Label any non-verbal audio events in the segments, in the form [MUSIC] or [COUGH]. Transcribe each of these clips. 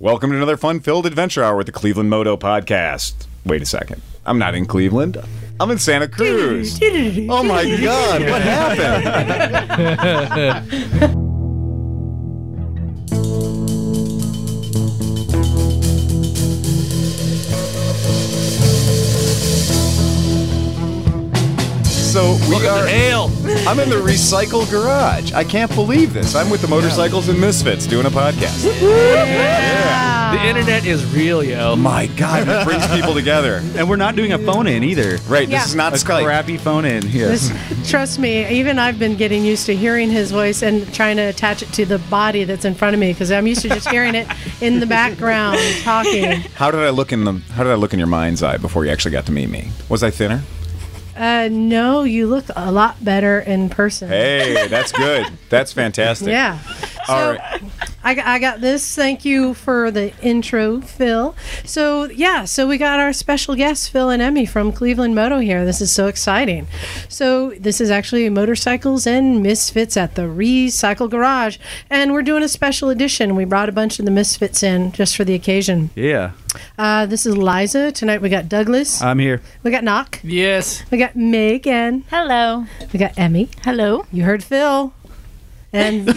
Welcome to another fun filled adventure hour with the Cleveland Moto Podcast. Wait a second. I'm not in Cleveland. I'm in Santa Cruz. Oh my God, what happened? So we are. Ale. I'm in the recycle garage. I can't believe this. I'm with the Motorcycles and Misfits doing a podcast. The internet is real, yo. My God, it brings people together. And we're not doing a phone in either. Right, Yeah. this is not A Skype. crappy phone in here. This, trust me, even I've been getting used to hearing his voice and trying to attach it to the body that's in front of me because I'm used to just hearing it in the background talking. How did I look in the? How did I look in your mind's eye before you actually got to meet me? Was I thinner? Uh, no, you look a lot better in person. Hey, that's good. That's fantastic. Yeah. All So- right. I, got- I got this. Thank you for the intro, Phil. So, yeah, so we got our special guests, Phil and Emmy from Cleveland Moto here. This is so exciting. So, this is actually Motorcycles and Misfits at the Recycle Garage. And we're doing a special edition. We brought a bunch of the Misfits in just for the occasion. Yeah, Uh, this is Liza. Tonight we got Douglas. Uh, I'm here. we got Knock. Yes. We got Megan. Hello. We got Emmy. Hello. You heard Phil. And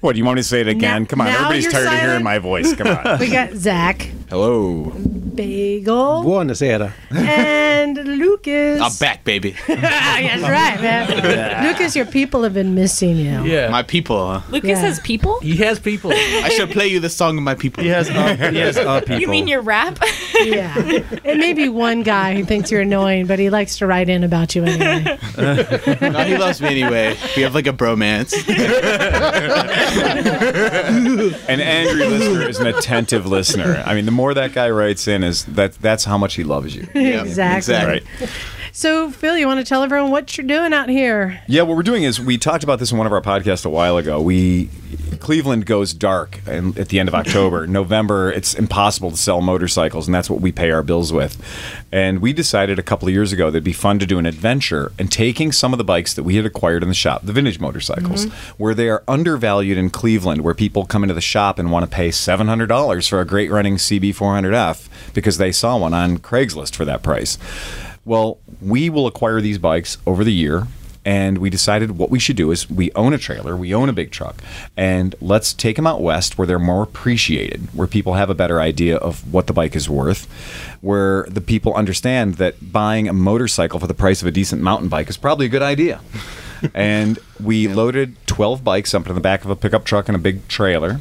What do you want me to say it again? Now- Come on, now everybody's you're tired of hearing silent? my voice. Come on. [LAUGHS] we got Zach. Hello. Bagel. Buonasera. and Lucas. I'm [LAUGHS] back, baby. That's right, man. Lucas, your people have been missing you. Yeah. My people. Huh? Lucas Yeah. has people? he has people. I should play you the song of my people. He has uh, he has uh, people. You mean your rap? [LAUGHS] Yeah. It may be one guy who thinks you're annoying, but he likes to write in about you anyway. No, he loves me anyway. We have like a [LAUGHS] bromance. An angry listener is an attentive listener. I mean, the more that guy writes in, is that that's how much he loves you. Yeah, Exactly. Right. So, Phil, you want to tell everyone what you're doing out here? Yeah, what we're doing is we talked about this in one of our podcasts a while ago. We Cleveland goes dark in, at the end of October. November, it's impossible to sell motorcycles, and that's what we pay our bills with. And we decided a couple of years ago that it'd be fun to do an adventure and taking some of the bikes that we had acquired in the shop, the vintage motorcycles, where they are undervalued in Cleveland, where people come into the shop and want to pay seven hundred dollars for a great running CB four hundred F because they saw one on Craigslist for that price. Well, we will acquire these bikes over the year and we decided what we should do is we own a trailer, we own a big truck, and let's take them out west where they're more appreciated, where people have a better idea of what the bike is worth, where the people understand that buying a motorcycle for the price of a decent mountain bike is probably a good idea. and we loaded 12 bikes up in the back of a pickup truck and a big trailer,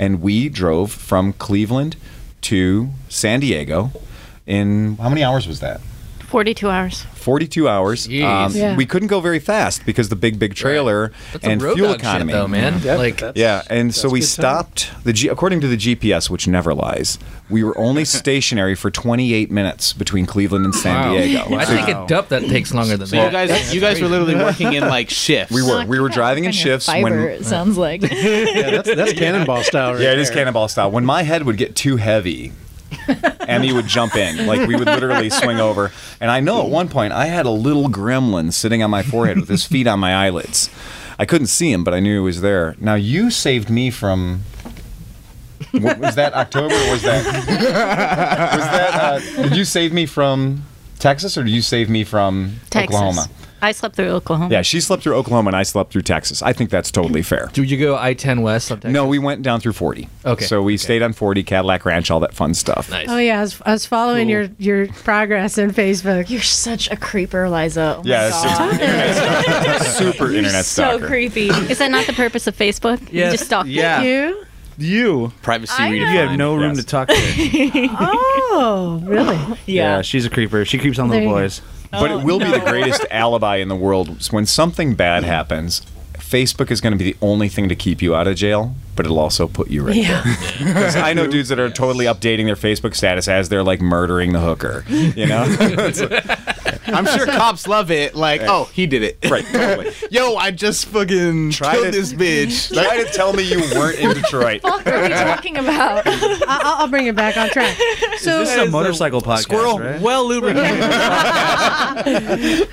and we drove from Cleveland to San Diego in how many hours was that? 42 hours. 42 hours. Um, Jeez. Yeah. We couldn't go very fast because the big, big trailer That's and a road fuel dog economy. shit, though, man. like, Yeah, and so we stopped the G- according to the GPS, which never lies. We were [LAUGHS] only stationary for 28 minutes between Cleveland and San wow. Diego. I So think a dump that takes longer than So that. you guys, you guys were [LAUGHS] literally working in like shifts. we were we were driving in shifts when it [LAUGHS] sounds like. Yeah, that's, that's cannonball style. Right yeah, it is there. cannonball style. When my head would get too heavy, Emmy would jump in. Like we would literally swing over. And I know at one point I had a little gremlin sitting on my forehead with his feet on my eyelids. I couldn't see him, but I knew he was there. Now you saved me from. What, was that October? Or was that? Was that? Uh, did you save me from Texas, or did you save me from Texas. Oklahoma? I slept through Oklahoma. Yeah, she slept through Oklahoma, and I slept through Texas. I think that's totally fair. Do you go I 10 West sometime? No, we went down through 40. Okay. So we Okay. stayed on 40, Cadillac Ranch, all that fun stuff. Nice. Oh, yeah. I was, I was following your, your progress on Facebook. You're such a creeper, Liza. Oh my Yeah, it's God. Super internet so stalker. [LAUGHS] creepy. Is that not the purpose of Facebook? Yes. You just stalk Yeah. You? You. Privacy I know. redefined. You have no room Yes. to talk to. her. Oh, really? yeah. she's a creeper. She creeps on There little you go. boys. But it will be the greatest alibi in the world. When something bad happens, Facebook is going to be the only thing to keep you out of jail, but it'll also put you right Yeah. there. 'Cause I know dudes that are totally updating their Facebook status as they're like murdering the hooker. You know? It's like- I'm sure cops love it. Like, oh, he did it. right, totally. Yo, I just fucking Try to- killed this bitch. Like, Try to tell me you weren't in Detroit. What are we [LAUGHS] talking about? I- I'll, I'll bring it back on track. So, This is a motorcycle podcast, squirrel, right? well lubricated.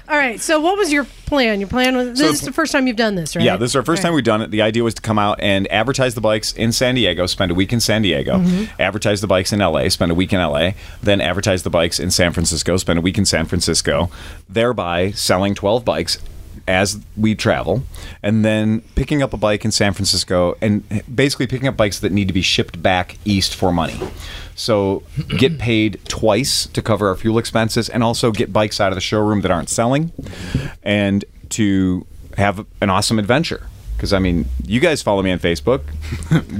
all right. So, what was your plan? Your plan was this the is the first time you've done this, right? Yeah, this is our first time we've done it. The idea was to come out and advertise the bikes in San Diego, spend a week in San Diego, Mm-hmm. advertise the bikes in LA, spend a week in LA, then advertise the bikes in San Francisco, spend a week in San Francisco, thereby selling 12 bikes as we travel and then picking up a bike in San Francisco and basically picking up bikes that need to be shipped back east for money. [CLEARS THROAT] So get paid twice to cover our fuel expenses and also get bikes out of the showroom that aren't selling and to have an awesome adventure. Because I mean, you guys follow me on Facebook.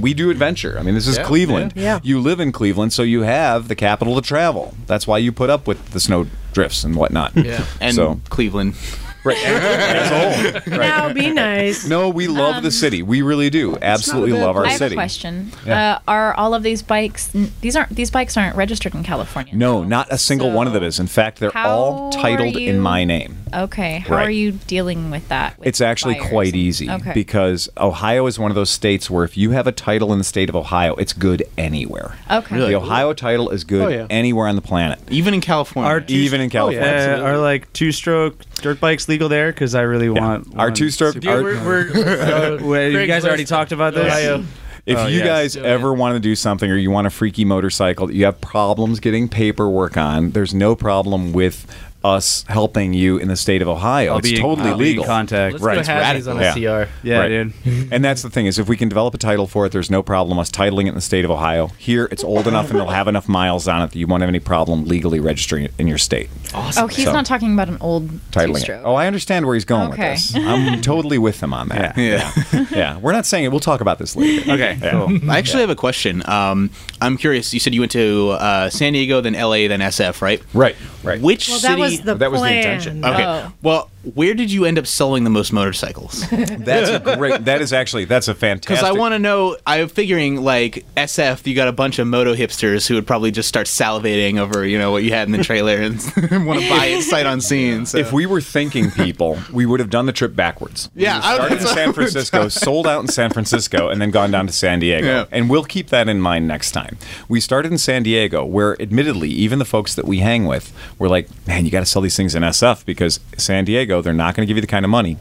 [LAUGHS] we do adventure. I mean, this is Cleveland. yeah. You live in Cleveland, so you have the capital to travel. That's why you put up with the snow drifts and whatnot. Yeah. [LAUGHS] and so Cleveland. right, [LAUGHS] as old. Right. [LAUGHS] Now be nice. No, we love Um, the city. We really do. Absolutely love our I have city. a question. Yeah. Uh, are all of these bikes? n- These aren't. These bikes aren't registered in California. No, not a single So- one of them is. In fact, they're How all are titled in you- my name. Okay. How Right. are you dealing with that? with It's actually buyers? quite easy Okay. because Ohio is one of those states where if you have a title in the state of Ohio, it's good anywhere. Okay. Oh, Really? The Ohio title is good Oh, yeah. anywhere on the planet, Even in California. Our two- even in California. Uh, are like two stroke dirt bikes legal there? Because I really want Our one two stroke- super- Dude, Our- we're, we're, [LAUGHS] uh, Wait, you Craigslist, guys already talked about this. Ohio. If Oh, you yes. guys Do it. ever want to do something or you want a freaky motorcycle that you have problems getting paperwork on, there's no problem with us helping you in the state of Ohio. I'll it's be in- totally I'll be in legal. contact. Let's Right, go it's have these radical. on the Yeah. CR. Yeah, Right. dude. [LAUGHS] and that's the thing is if we can develop a title for it, there's no problem us titling it in the state of Ohio. Here, it's old enough and it'll have enough miles on it that you won't have any problem legally registering it in your state. Oh, he's So- not talking about an old Titling it. two-stroke. Oh, I understand where he's going Okay. with this. I'm totally with him on [LAUGHS] that. Yeah. yeah. Yeah. We're not saying it. We'll talk about this later. Okay, Yeah. cool. [LAUGHS] I actually have a question. Um, I'm curious. You said you went to uh, San Diego, then LA, then SF, right? [LAUGHS] Right. Right. Which Well, city? that was the That was the plan. intention. okay. Oh. Well, where did you end up selling the most motorcycles? That's a [LAUGHS] great. That is actually. That's a fantastic. Because I want to know. I'm figuring like SF, you got a bunch of moto hipsters who would probably just start salivating over you know what you had in the trailer and [LAUGHS] want to buy it sight unseen. So. If we were thinking people, we would have done the trip backwards. We Yeah, would have I- started in that's what I San was Francisco, sold out in San Francisco, and then gone down to San Diego. Yeah. And we'll keep that in mind next time. We started in San Diego, where admittedly, even the folks that we hang with were like, "Man, you got to sell these things in SF because San Diego, they're not going to give you the kind of money."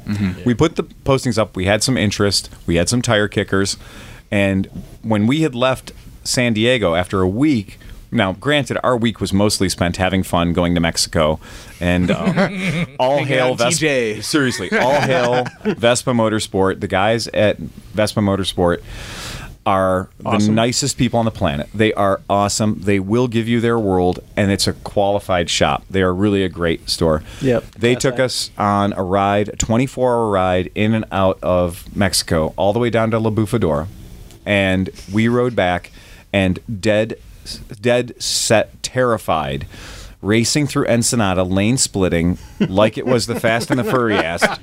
We put the postings up. We had some interest. We had some tire kickers, and when we had left San Diego after a week. Now, granted, our week was mostly spent having fun, going to Mexico, [LAUGHS] and um, all Hanging hail out with Vespa. TJ. Seriously, all hail Vespa Motorsport. The guys at Vespa Motorsport are the nicest people on the planet. They are awesome. They will give you their world, and it's a qualified shop. They are really a great store. Yep. They took us on a ride, a 24 hour ride in and out of Mexico, all the way down to La Bufadora. And we rode back and dead, dead set, terrified, racing through Ensenada, lane splitting like it was the Fast and the Furious. [LAUGHS]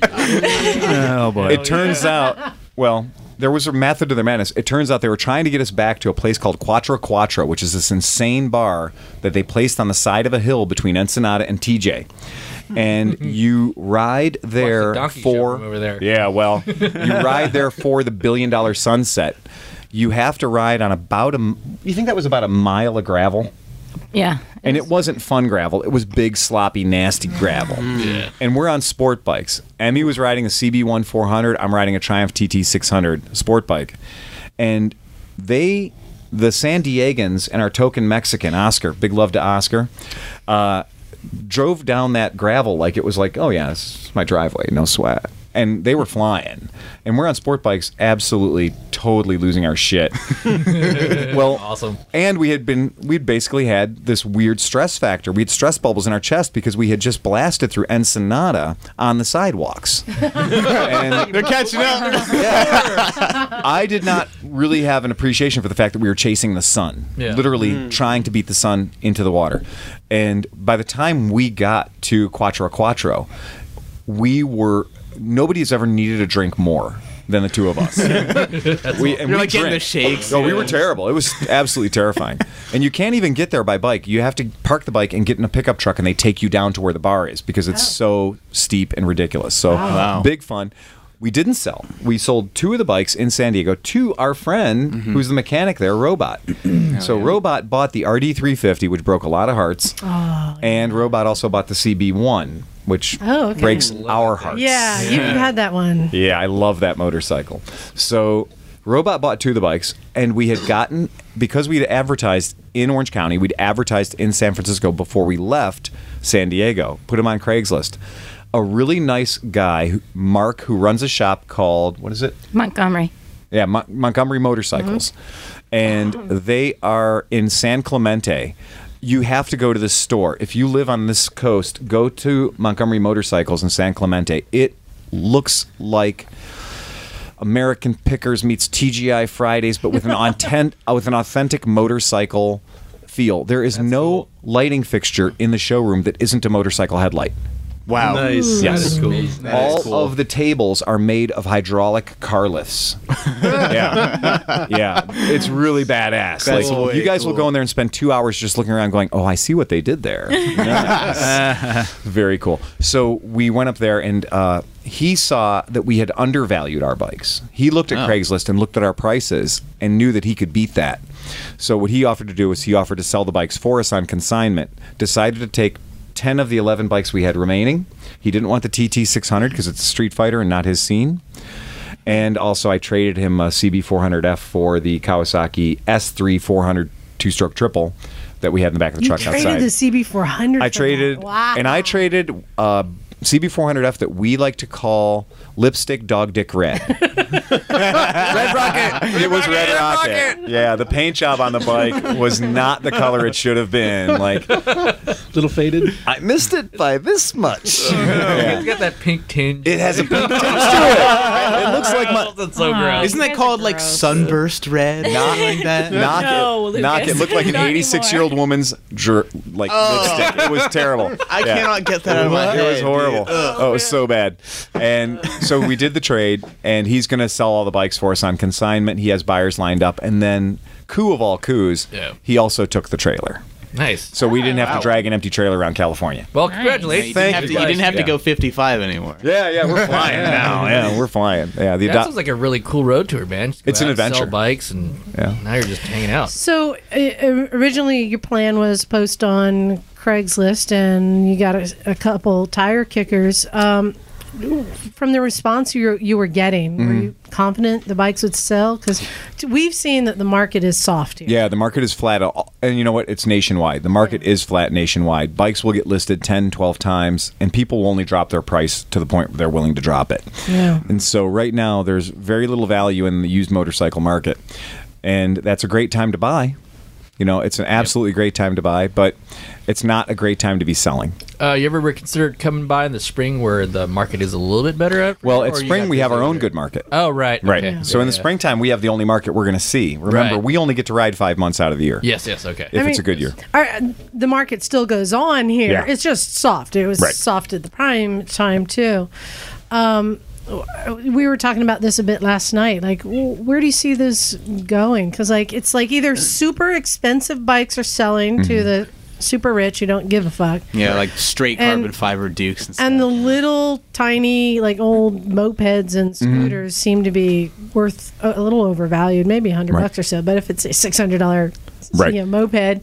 Oh boy. It turns out, well, there was a method to their madness. It turns out they were trying to get us back to a place called Quattro Quattro, which is this insane bar that they placed on the side of a hill between Ensenada and TJ. And you ride there Mm-hmm. donkey show for from over there. yeah, well, [LAUGHS] you ride there for the billion dollar sunset. You have to ride on about a m- you think that was about a mile of gravel. Yeah. And it wasn't fun gravel. It was big, sloppy, nasty gravel. Yeah. And we're on sport bikes. Emmy was riding a CB1 400. I'm riding a Triumph TT 600 sport bike. And they, the San Diegans and our token Mexican, Oscar, big love to Oscar, uh, drove down that gravel like it was like, oh, yeah, this is my driveway, no sweat. And they were flying. And we're on sport bikes, absolutely, totally losing our shit. [LAUGHS] well, Awesome. and we had been, we'd basically had this weird stress factor. We had stress bubbles in our chest because we had just blasted through Ensenada on the sidewalks. [LAUGHS] and they're catching up. I did not really have an appreciation for the fact that we were chasing the sun, Yeah. literally Hmm. trying to beat the sun into the water. And by the time we got to Quattro Quattro, we were, nobody's ever needed a drink more than the two of [LAUGHS] us. we, and You're we like getting the drank. shakes. No, we were terrible. It was absolutely [LAUGHS] terrifying. and you can't even get there by bike. You have to park the bike and get in a pickup truck, and they take you down to where the bar is because Oh. it's so steep and ridiculous. So Wow. big fun. We didn't sell. We sold two of the bikes in San Diego to our friend Mm-hmm. who's the mechanic there, [CLEARS THROAT] Robot. Oh, so Robot Oh, bought the RD350, which broke a lot of hearts, and Robot also bought the CB1. which Oh, okay. breaks our hearts. Yeah, you had that one. Yeah, I love that motorcycle. So, Robot bought two of the bikes, and we had gotten because we'd advertised in Orange County, we'd advertised in San Francisco before we left San Diego. Put him on Craigslist. A really nice guy, who- Mark, who runs a shop called what is it? Montgomery. Yeah, Mon- Montgomery Motorcycles. And they are in San Clemente. You have to go to this store. If you live on this coast, go to Montgomery Motorcycles in San Clemente. It looks like American Pickers meets TGI Fridays, but with an authentic, with an authentic motorcycle feel. There is no lighting fixture in the showroom that isn't a motorcycle headlight. Wow. Nice. Yes. That is cool. That is All cool. of the tables are made of hydraulic car lifts. [LAUGHS] yeah. Yeah. It's really badass. That's like way you guys will cool. go in there and spend 2 hours just looking around going, "Oh, I see what they did [LAUGHS] there." Nice. Very cool. So we went up there and uh, he saw that we had undervalued our bikes. He looked at Craigslist and looked at our prices and knew that he could beat that. So what he offered to do was he offered to sell the bikes for us on consignment, decided to take 10 of the 11 bikes we had remaining. He didn't want the TT 600 because it's a Street Fighter and not his scene. And also, I traded him a CB400F for the Kawasaki S3 400 two stroke triple that we had in the back of the You truck traded outside. the CB400. I for traded, that. [LAUGHS] Wow. and I traded uh, CB400F that we like to call lipstick dog dick red. [LAUGHS] red rocket. [LAUGHS] It was red, rocket. Yeah, the paint job on the bike was not the color it should have been. Like Little faded. [LAUGHS] I missed it by this much. [LAUGHS] It's got that pink tinge. It [LAUGHS] has a pink tinge to [LAUGHS] it. It looks like my. That's so gross. Isn't that called like sunburst red? Not- Not like that. Knock No, it, Lucas. knock it. Looked like an Not 86 year old woman's jer- like lipstick. It was terrible. I Yeah. cannot get that out of my head. It was dude. horrible. Oh, it was so bad. And so we did the trade, and he's going to sell all the bikes for us on consignment. He has buyers lined up, and then coup of all coups, Yeah. Ah, he also took the trailer. nice. So we didn't have to drag an empty trailer around California. Well, You congratulations. didn't have to, you didn't have to Yeah. go 55 anymore. Yeah, yeah, [LAUGHS] we're flying now. Yeah, we're flying. Yeah, the That adopt- sounds like a really cool road tour, man. Just go It's an out and Sell adventure. bikes and Yeah. now you're just hanging out. So uh, originally, your plan was post on Craigslist, and you got a, a couple tire kickers. Um, from the response you you were getting, were Mm. you confident the bikes would sell? Because we've seen that the market is soft here. Yeah, the market is flat. All- And you know what? It's nationwide. The market is flat nationwide. Bikes will get listed 10, 12 times, and people will only drop their price to the point where they're willing to drop it. Yeah. And so right now, there's very little value in the used motorcycle market. And that's a great time to buy. You know, it's an absolutely great time to buy, but it's not a great time to be selling. Uh, you ever considered coming by in the spring where the market is a little bit better at? Well, or it's you spring. We to have our visit own it? good market. Oh, right. Right. okay. So in the Yeah. springtime, we have the only market we're going to see. Remember, Right. we only get to ride five months out of the year. Yes, yes, okay. If I it's mean- a good year. Our, the market still goes on here. Yeah. It's just soft. It was Right. soft at the prime time too. Um, we were talking about this a bit last night. Like, w- where do you see this going? Because like it's like either super expensive bikes are selling to Mm-hmm. the super rich who don't give a fuck, Yeah, like straight And- carbon fiber dukes and stuff. and the little tiny like old mopeds and Mm-hmm. scooters seem to be worth a, a little overvalued, maybe a hundred Right. bucks or so. But if it's a six hundred dollar Right. you know, moped,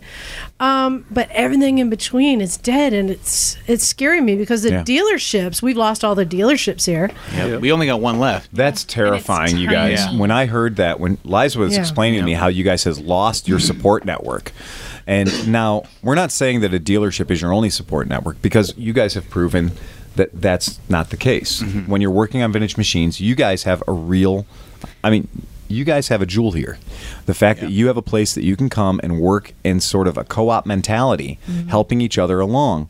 um, but everything in between is dead, and it's it's scaring me because the Yeah. dealerships we've lost all the dealerships here. Yeah, We only got one left. That's terrifying, you guys. tiny. When I heard that, when Liza was Yeah. explaining to me how you guys has lost your support network, and now we're not saying that a dealership is your only support network because you guys have proven that that's not the case. When you're working on vintage machines, you guys have a real, I mean. You guys have a jewel here. The fact that you have a place that you can come and work in sort of a co op mentality, helping each other along.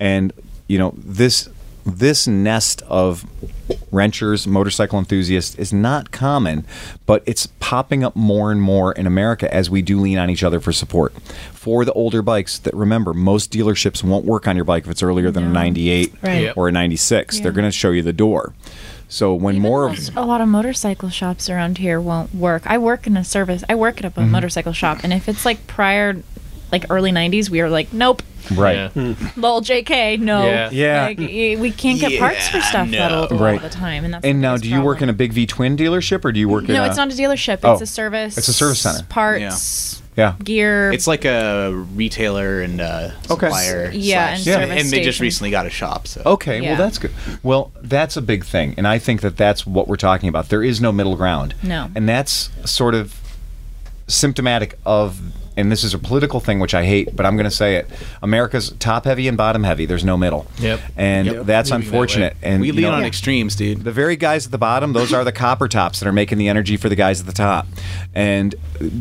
And, you know, this this nest of wrenchers, motorcycle enthusiasts is not common, but it's popping up more and more in America as we do lean on each other for support. For the older bikes that remember, most dealerships won't work on your bike if it's earlier than a 98 Right. Yep. or a 96. They're going to show you the door. So when more of a lot of motorcycle shops Mm-hmm. around here won't work. I work in a service. I work at a motorcycle shop, and if it's like prior like early '90s, we were like, nope, Right. Yeah. Hmm. lol, JK, no, Yeah. Yeah. Like, y- we can't get parts for Yeah, stuff no. that'll all Right. the time, and that's And the now, biggest do you work in problem. a big V twin dealership, or do you work in? No, a, it's not a dealership. Oh. It's a service. It's a service center. Parts, Yeah. gear. It's like a retailer and uh Okay. supplier. Yeah, and slash- Yeah. and service they just station. recently got a shop. So Okay, well Yeah. that's good. Well, that's a big thing, and I think that that's what we're talking about. There is no middle ground. No. and that's sort of symptomatic of, and this is a political thing which I hate, but I'm going to say it. America's top heavy and bottom heavy. There's no middle. Yep. and Yep. that's Leaving that way. unfortunate. and we you lean know- on extremes, dude. the very guys at the bottom, those are the copper tops that are making the energy for the guys at the top. And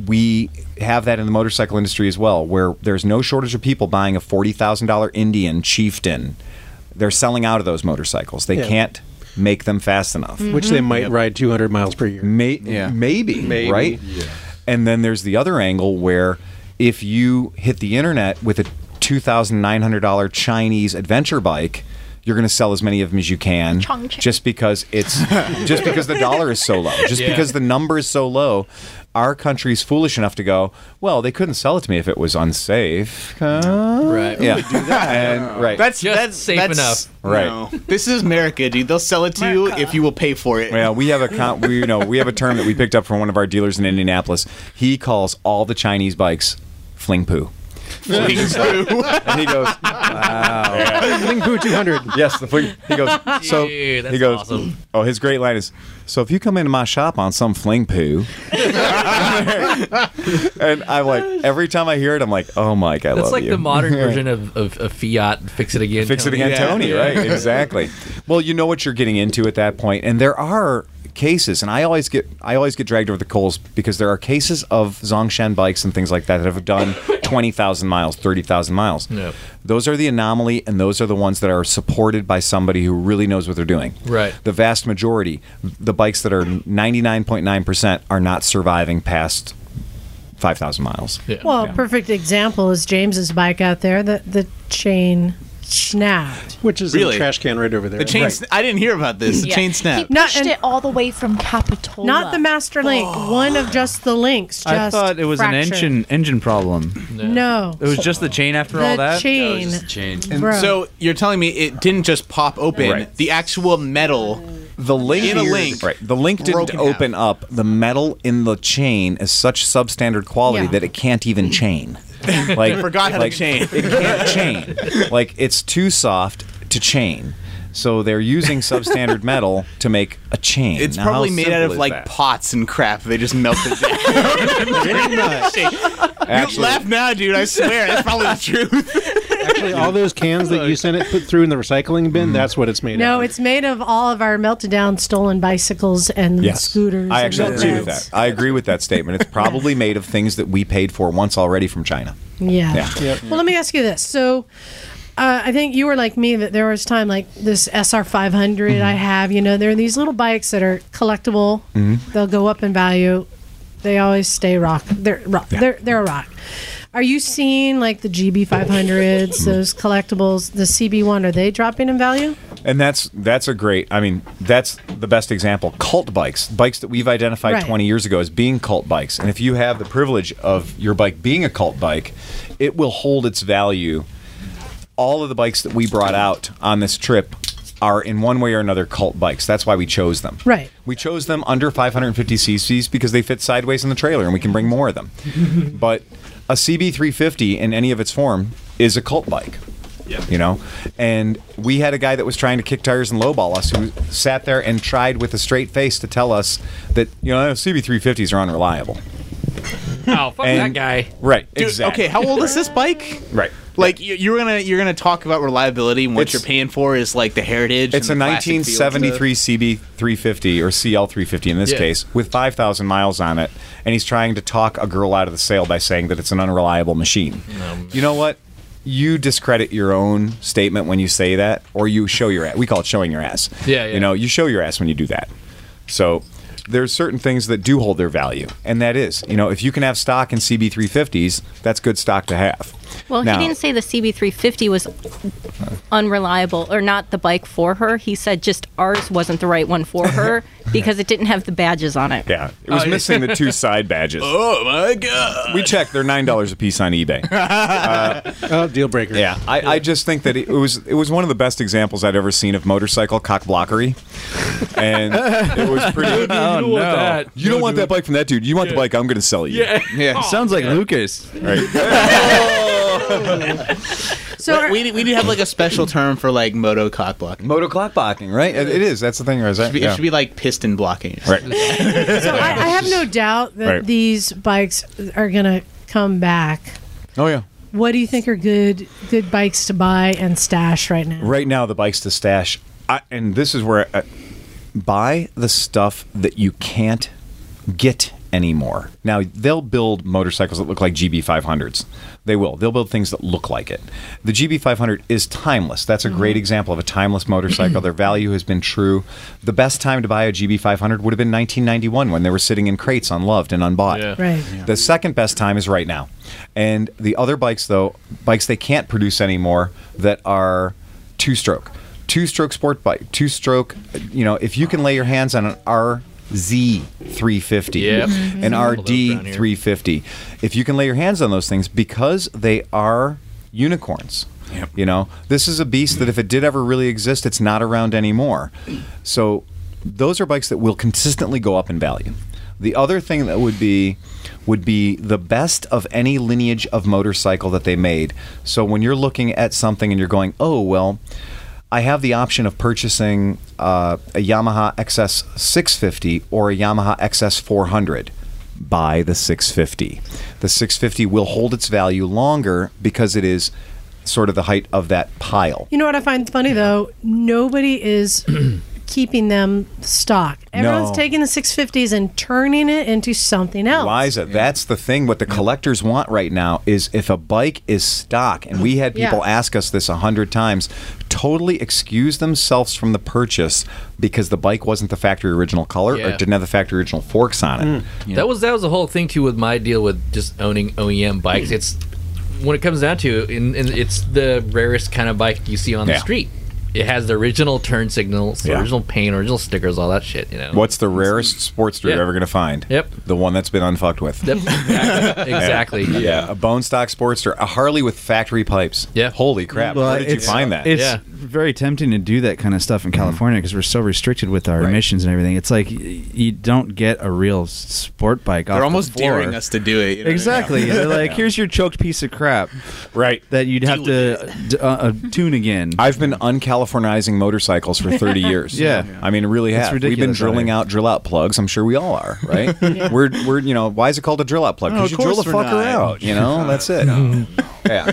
we have that in the motorcycle industry as well, where there's no shortage of people buying a $40,000 Indian chieftain. They're selling out of those motorcycles. They Yeah. can't make them fast enough. which Mm-hmm. they might ride 200 miles per year. May- Yeah. maybe, Maybe. right? And then there's the other angle where if you hit the internet with a two thousand nine hundred dollar Chinese adventure bike, you're going to sell as many of them as you can, Chong ching. just because it's just because the dollar is so low, just Yeah. because the number is so low. Our country's foolish enough to go. Well, they couldn't sell it to me if it was unsafe. Uh, Right. yeah, and right. That's Just that's safe that's, enough. Right. no. This is America, dude. They'll sell it to you if you will pay for it. Well, we have a con- we, you know we have a term that we picked up from one of our dealers in Indianapolis. He calls all the Chinese bikes fling poo, Please do. and he goes, Ling Poo 200. "Yes, the fling." He goes, "So Dude, that's he goes, awesome. oh, his great line is, so if you come into my shop on some fling poo, [LAUGHS] [LAUGHS] and I'm like, every time I hear it, I'm like, oh Mike, I That's love like you. [LAUGHS] the modern version of, of, of Fiat Fix It Again. Fix it Tony. again, Yeah. Tony. Right? Exactly. Well, you know what you're getting into at that point, and there are cases, and I always get I always get dragged over the coals because there are cases of Zongshan bikes and things like that that have done twenty thousand miles, thirty thousand miles. Yep. Those are the anomaly, and those are the ones that are supported by somebody who really knows what they're doing. Right. The vast majority, the bikes that are ninety nine point nine percent, are not surviving past five thousand miles. Yeah. Well, perfect example is James's bike out there. The the chain snapped. Which is in Really? the trash can right over there. The [LAUGHS] chain. sn- I didn't hear about this. The Yeah. chain snap. He Not- pushed and- it all the way from Capitola. Not the master link. One of just the links. Just Oh. I thought it was fractured. an engine engine problem. No, It was just the chain after all the that. chain. Change. Bro. So you're telling me it didn't just pop open? Right. The actual metal. The link, In a link. right? The link didn't Broken half. open up. The metal in the chain is such substandard quality Yeah. that it can't even [LAUGHS] chain. Like I forgot how like, to chain. It can't chain. Like it's too soft to chain. So they're using substandard metal to make a chain. It's Now, how probably made simple out of is like that? pots and crap. They just melted down. you Actually- laugh now, dude. I swear, that's probably the truth. Actually, all those [LAUGHS] cans that you sent it put through in the recycling Mm-hmm. bin, that's what it's made no, out of. it's made of all of our melted down stolen bicycles and Yes. scooters. I and actually agree with that. mopeds. I agree with that statement. It's probably made of things that we paid for once already from China. Yeah. Yeah. Well, let me ask you this. So, uh, I think you were like me that there was time like this SR 500 I Mm-hmm. have. You know, there are these little bikes that are collectible. Mm-hmm. They'll go up in value. They always stay rock. They're rock. They're they're a rock. Are you seeing like the GB Mm-hmm. 500s, those collectibles, the CB1? Are they dropping in value? And that's that's a great. I mean, that's the best example. Cult bikes, bikes that we've identified Right. 20 years ago as being cult bikes. And if you have the privilege of your bike being a cult bike, it will hold its value. All of the bikes that we brought out on this trip are in one way or another cult bikes. That's why we chose them. Right. We chose them under 550 cc's because they fit sideways in the trailer and we can bring more of them. but a CB350 in any of its form is a cult bike. You know, and we had a guy that was trying to kick tires and lowball us who sat there and tried with a straight face to tell us that, you know, CB350s are unreliable. Oh, fuck that And- guy. Right. Dude, exactly. okay, how old is this bike? Right. Like you, you're gonna you're gonna talk about reliability. And what It's- you're paying for is like the heritage. It's a and the plastic fields. 1973 CB350 or CL350 in this Yeah. case with 5,000 miles on it, and he's trying to talk a girl out of the sale by saying that it's an unreliable machine. Um, you know what? You discredit your own statement when you say that, or you show your ass. We call it showing your ass. Yeah, yeah. You know, you show your ass when you do that. So there's certain things that do hold their value, and that is, you know, if you can have stock in CB350s, that's good stock to have. Well, Now- he didn't say the CB350 was unreliable or not the bike for her. He said just ours wasn't the right one [LAUGHS] for her because it didn't have the badges on it. Yeah, it was missing the [LAUGHS] two side badges. Oh my god! We checked; they're nine dollars a piece on eBay. [LAUGHS] Oh, deal breaker. Yeah, I, I just think that it was it was one of the best examples I'd ever seen of motorcycle cock blockery, and it [LAUGHS] was pretty. Oh, no. You don't want that bike from that dude. You want the bike I'm going to sell you. Yeah. [LAUGHS] Yeah. Sounds like Lucas. Right. So are- we, need- we need to have like a special term for like moto cock block. Moto clock blocking, right? It it is. That's the thing, right? It should be, it should be like piston blocking. Right. [LAUGHS] so I, I have no doubt that Right. these bikes are gonna come back. Oh yeah. What do you think are good good bikes to buy and stash right now? Right now, the bikes to stash, I, and this is where I, buy the stuff that you can't get anymore. Now they'll build motorcycles that look like GB500s. They will. They'll build things that look like it. The GB500 is timeless. That's a great example of a timeless motorcycle. Their value has been true. The best time to buy a GB500 would have been 1991 when they were sitting in crates unloved and unbought. Yeah. Right. The second best time is right now. And the other bikes, though, bikes they can't produce anymore that are two stroke, two stroke sport bike, two stroke, you know, if you can lay your hands on an RZ 350, Yep. an those Mm-hmm. down RD here. 350, if you can lay your hands on those things because they are unicorns. You know, this is a beast that if it did ever really exist, it's not around anymore. So those are bikes that will consistently go up in value. The other thing that would be would be the best of any lineage of motorcycle that they made. So when you're looking at something and you're going, "Oh, well, I have the option of purchasing uh, a Yamaha XS 650 or a Yamaha XS 400." Buy the 650. The 650 will hold its value longer because it is sort of the height of that pile. You know what I find funny though? Nobody [CLEARS THROAT] is keeping them stock. Everyone's No. taking the 650s and turning it into something else. Liza, that's the thing. What the collectors want right now is if a bike is stock, and we had people Yeah. ask us this a hundred times, totally excuse themselves from the purchase because the bike wasn't the factory original color or Yeah. Mm. it didn't have the factory original forks on it. That was that was the whole thing too with my deal with just owning OEM bikes. It's when it comes down to it, and, and it's the rarest kind of bike you see on Yeah. the street. It has the original turn signals, the Yeah. original paint, original stickers, all that shit. You know [LAUGHS] What's the rarest sports you're Yeah. ever going to find? Yep. The one that's been unfucked with. [LAUGHS] Yep. exactly. exactly. Yeah, a bone stock sportster, a Harley with factory pipes. Yeah. Holy crap! Well, Where did you it's- find that? It's Yeah. very tempting to do that kind of stuff in California because we're so restricted with our Right. emissions and everything. It's like y- you don't get a real s- sport bike. off They're the almost floor. daring us to do it. you know? Exactly. They're like, here's your choked piece of crap right. that you'd have to d- uh, uh, tune again. I've been uncalifornizing motorcycles for [LAUGHS] 30 years. Yeah. I mean, it really It's have. We've been ridiculous out drilling here. out drill out plugs. I'm sure we all are, [LAUGHS] right? We're, we're, you know, why is it called a drill out plug? Oh, Because of you drill the course we're fucker not. out, you [LAUGHS] know? That's it. Yeah.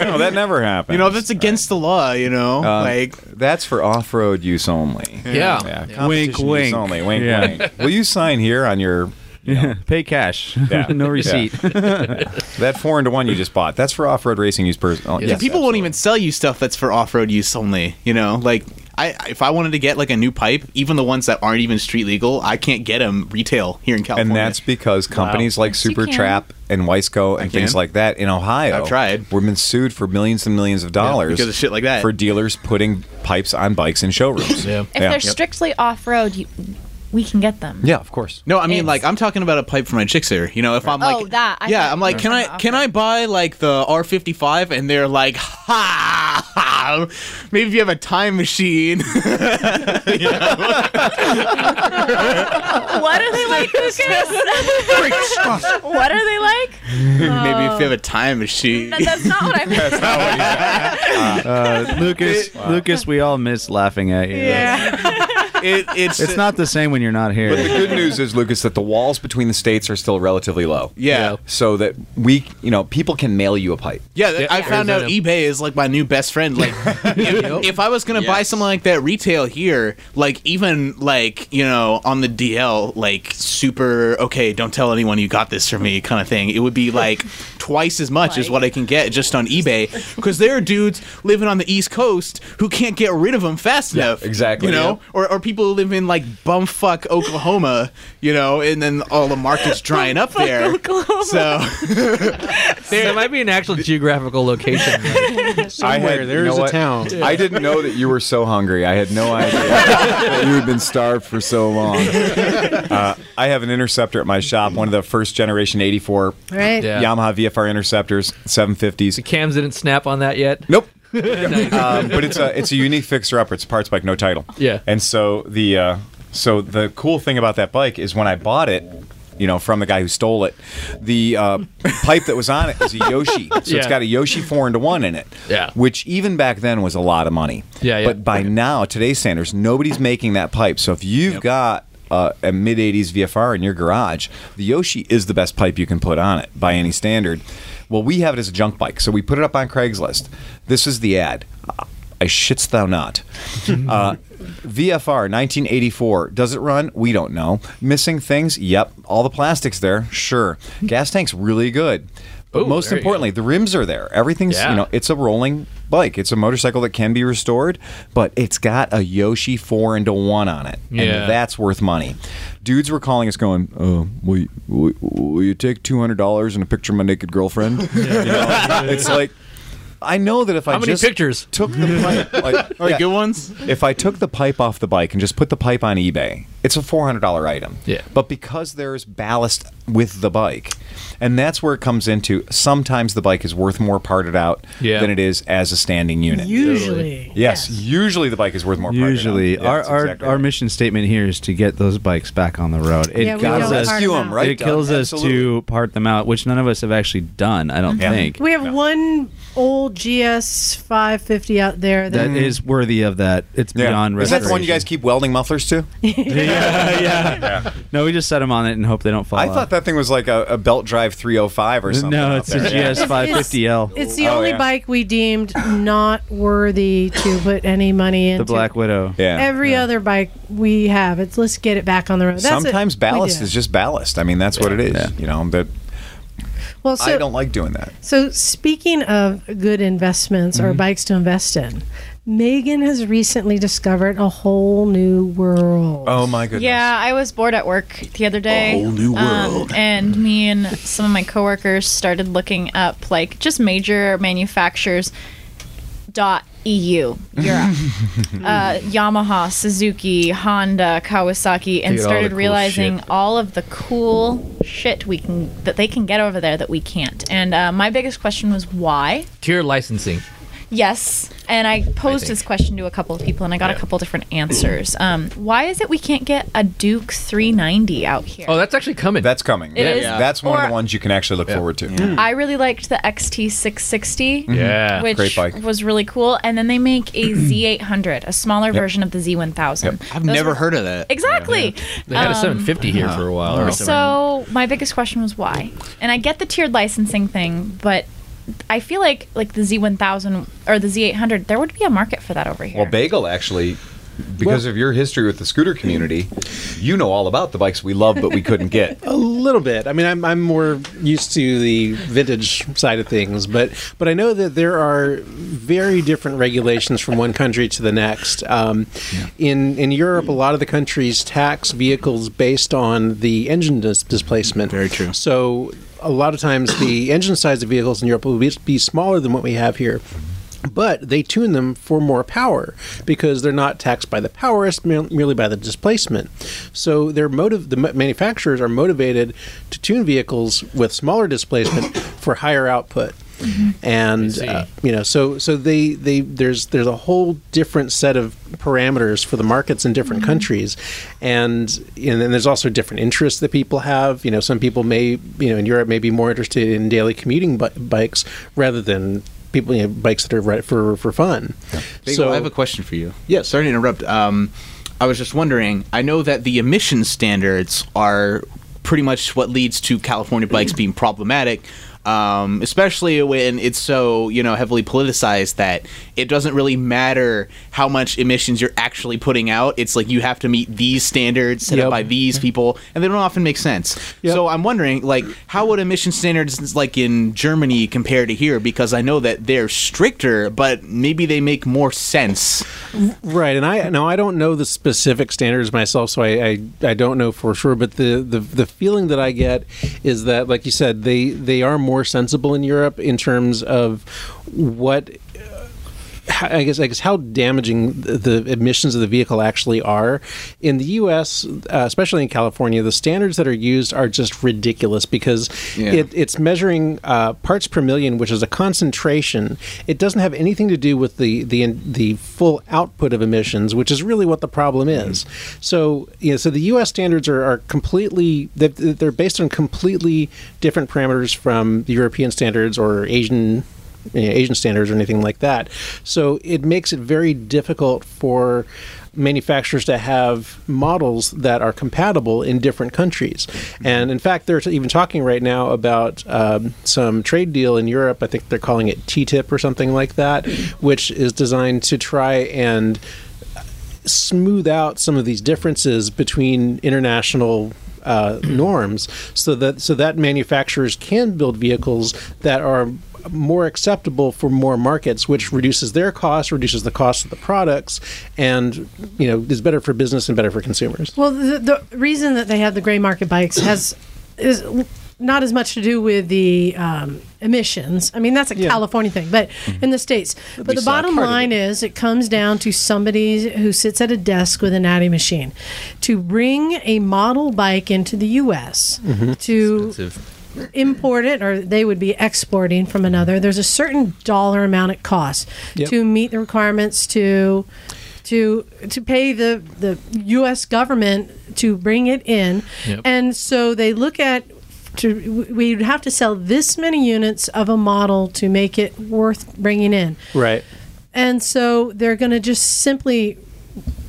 No, that never happened. You know, if it's against the law, you know, Um, like that's for off-road use only. Yeah. competition Wink, use wink. only. Wink, Yeah. wink. Will you sign here on your [LAUGHS] Pay cash. Yeah. [LAUGHS] no Yeah. receipt. that foreign to one you just bought? That's for off-road racing use. Per- oh, yes, people won't even sell you stuff that's for off-road use only. You know, like I if I wanted to get like a new pipe, even the ones that aren't even street legal, I can't get them retail here in California. And that's because companies like you Super can. Trap and Weisco and things can. like that in Ohio I've tried. were been sued for millions and millions of dollars because of shit like that. for dealers putting pipes on bikes in showrooms. Yeah. If they're strictly off road, you we can get them. yeah, of course. No, I mean It's- like I'm talking about a pipe for my Gixxer. You know, if I'm like, Oh, that. I yeah, thought I'm you like, were can I talking about can I buy like the R55? And they're like, ha, ha maybe if you have a time machine. [LAUGHS] What are they like, Lucas? what are they like? maybe if you have Oh. a time machine. [LAUGHS] That- that's not what I meant. Uh, Lucas, Lucas, we all miss laughing at you. [LAUGHS] It, it's It's not the same when you're not here. But the good news is, Lucas, that the walls between the states are still relatively low. Yeah. So that we, you know, people can mail you a pipe. Yeah, th- I found out Arizona. eBay is like my new best [LAUGHS] friend. Like, if, if I was gonna buy something like that retail here, like even like you know on the DL, like super okay, don't tell anyone you got this for me kind of thing. It would [LAUGHS] be like twice as much as what I can get just on eBay because there are dudes living on the East Coast who can't get rid of them fast enough. exactly. You know, or or people who live in like bumfuck [LAUGHS] Oklahoma, you know, and then all the market's drying up there. So. there might be an actual geographical location. [LAUGHS] I had, there you know is a what? town. I didn't know that you were so hungry. I had no [LAUGHS] idea that you had been starved for so long. Uh, I have an interceptor at my shop, one of the first generation '84 Right. Yeah. Yamaha VFR interceptors, 750s. The cams didn't snap on that yet. Nope. [LAUGHS] Nice. um, but it's a it's a unique fixer upper. It's a parts bike, no title. Yeah. And so the uh, so the cool thing about that bike is when I bought it. You know, from the guy who stole it, the uh, [LAUGHS] pipe that was on it is a Yoshi, so it's Yeah. got a Yoshi four into one in it. Yeah. which even back then was a lot of money. Yeah, yeah. But by now, today's standards, nobody's making that pipe. So if you've got uh, a mid '80s VFR in your garage, the Yoshi is the best pipe you can put on it by any standard. Well, we have it as a junk bike, so we put it up on Craigslist. This is the ad. I shits thou [LAUGHS] not. Uh, VFR 1984. Does it run? We don't know. Missing things? Yep. All the plastics there? Sure. Gas tank's really good. But Ooh, most there you go. importantly, the rims are there. Everything's, Yeah. you know, it's a rolling bike. It's a motorcycle that can be restored, but it's got a Yoshi 4 into 1 on it. Yeah. And that's worth money. Dudes were calling us going, uh, will, you, will, you- will you take $200 and a picture of my naked girlfriend? [LAUGHS] You know, it's like, I know that if I How many just pictures? took the pipe, like, [LAUGHS] All [LAUGHS] right, yeah, good ones. if I took the pipe off the bike and just put the pipe on eBay, it's a four hundred dollar item. Yeah. But because there's ballast with the bike, and that's where it comes into. Sometimes the bike is worth more parted out Yeah. than it is as a standing unit. Usually. yes, usually the bike is worth more. parted out. Usually, Yeah, our that's our, exactly our right. mission statement here is to get those bikes back on the road. It Yeah, we kills don't us. park rescue them, now. right? it kills Doug? us Absolutely. to part them out, which none of us have actually done. I don't Yeah. think We have one old GS 550 out there that, that is worthy of that. It's Yeah. beyond Is that the one you guys restoration. keep welding mufflers to? yeah, yeah. No, we just set them on it and hope they don't fall. I thought that thing was like a, a belt drive 305 or something. No, out it's there. a Yeah. GS 550L. It's the Oh, only yeah. bike we deemed not worthy to put any money into. The Black Widow. Yeah. Every other bike we have, it's let's get it back on the road. That's it. Sometimes We ballast do is that. just ballast. I mean, that's what it is. You know, but well. So, I don't like doing that. so speaking of good investments Mm-hmm. or bikes to invest in, Megan has recently discovered a whole new world. Oh my goodness. Yeah, I was bored at work the other day. whole new world. and me and some of my coworkers started looking up like just major manufacturers dot EU Europe. uh, Yamaha, Suzuki, Honda, Kawasaki, and Dude, all the started cool realizing shit. all of the cool shit we can that they can get over there that we can't. And uh, my biggest question was why. Tier licensing. Yes, and I posed think. this question to a couple of people, and I got Yeah. a couple different answers. Um, why is it we can't get a Duke 390 out here? Oh, that's actually coming. That's coming. It is? That's one of the Or- ones you can actually look forward to. I really liked the XT660. Yeah. which Great bike. was really cool. And then they make a Z800, a smaller version of the Z1000. I've Those never were- heard of that. Exactly. They um, had a 750 here for a while. Or something. So my biggest question was why, and I get the tiered licensing thing, but I feel like like the Z1000 or the Z800, there would be a market for that over here. Well, Bagel actually, because of your history with the scooter community, you know all about the bikes we love but we couldn't [LAUGHS] get. A little bit. I mean, I'm, I'm more used to the vintage side of things, but but I know that there are very different regulations from one country to the next. Um, In in Europe, a lot of the countries tax vehicles based on the engine dis- displacement. Very true. So a lot of times, the engine size of vehicles in Europe will be, be smaller than what we have here. But they tune them for more power because they're not taxed by the power, it's mer- merely by the displacement. So their motive, the ma- manufacturers are motivated to tune vehicles with smaller displacement [COUGHS] for higher output. And uh, you know, so so they they there's there's a whole different set of parameters for the markets in different countries, and and then there's also different interests that people have. You know, some people may you know in Europe may be more interested in daily commuting bi- bikes rather than people you know, bikes that are right for for fun. So I have a question for you. Yes. Sorry to interrupt. Um, I was just wondering. I know that the emission standards are pretty much what leads to California bikes being problematic. Um, especially when it's so you know heavily politicized that it doesn't really matter how much emissions you're actually putting out. It's like you have to meet these standards set Yep. up by these people, and they don't often make sense. Yep. So I'm wondering, like, how would emission standards like in Germany compare to here? Because I know that they're stricter, but maybe they make more sense. Right, and I now I don't know the specific standards myself, so I, I, I don't know for sure. But the, the the feeling that I get is that, like you said, they they are more sensible in Europe in terms of what how- I guess, I guess how damaging the the emissions of the vehicle actually are. In the U.S., uh, especially in California, the standards that are used are just ridiculous because Yeah. it, it's measuring uh, parts per million, which is a concentration. It doesn't have anything to do with the the the full output of emissions, which is really what the problem is. So, you know, so the U.S. standards are, are completely they're- they're based on completely different parameters from the European standards or Asian you know, Asian standards or anything like that. So it makes it very difficult for manufacturers to have models that are compatible in different countries. And in fact, they're even talking right now about um, some trade deal in Europe. I think they're calling it TTIP or something like that, which is designed to try and smooth out some of these differences between international uh, [CLEARS THROAT] norms, so that so that manufacturers can build vehicles that are more acceptable for more markets, which reduces their costs, reduces the cost of the products, and you know is better for business and better for consumers. Well, the, the reason that they have the gray market bikes has is not as much to do with the um, emissions. I mean, that's a California thing, but Mm-hmm. in the states. But least the a bottom part of line is, it comes down to somebody who sits at a desk with an Addy machine to bring a model bike into the U.S. Mhm. to import it or they would be exporting from another there's a certain dollar amount it costs Yep. to meet the requirements to to to pay the the US government to bring it in Yep. and so they look at to we'd have to sell this many units of a model to make it worth bringing in Right. and so they're going to just simply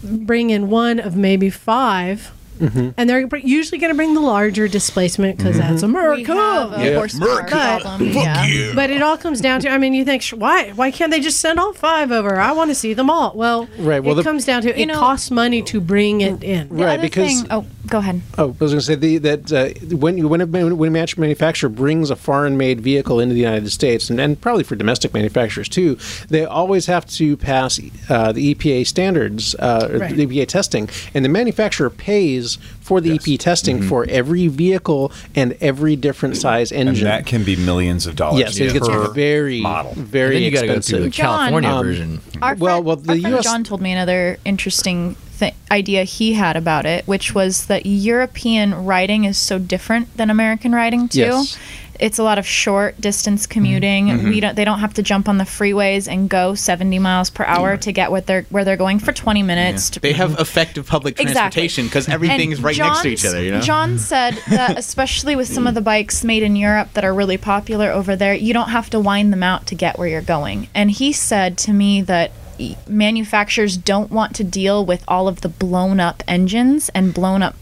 bring in one of maybe five Mhm. and they're br- usually going to bring the larger displacement because Mhm. that's America. a Yeah. horsepower But- problem, Fuck yeah. you. But it all comes down to I mean, you think "Sh- why why can't they just send all five over? I want to see them all. Well, Right, well, it the- comes down to You it know- costs money to bring it in. The Right, other because- thing- oh, go ahead. Oh, I was going to say the, that uh, when you- when a, when a match manufacturer brings a foreign-made vehicle into the United States, and, and probably for domestic manufacturers too, they always have to pass uh, the EPA standards, uh, or Right. the EPA testing, and the manufacturer pays for the EPA testing Mm-hmm. for every vehicle and every different size engine. that can be millions of dollars. Yes, it gets per very model. very And then you gotta go to expensive. the California John, version. Our well, well, Our the friend U.S. John told me another interesting th- idea he had about it, which was that European riding is so different than American riding too. Yes. It's a lot of short distance commuting. Mm-hmm. Mhm. We don't they don't have to jump on the freeways and go 70 miles per hour to get what they're where they're going for 20 minutes. To, They have effective public Exactly. transportation because everything And is right next to each John's- other. You know, John said [LAUGHS] that especially with some of the bikes made in Europe that are really popular over there, you don't have to wind them out to get where you're going. And he said to me that e- manufacturers don't want to deal with all of the blown up engines and blown up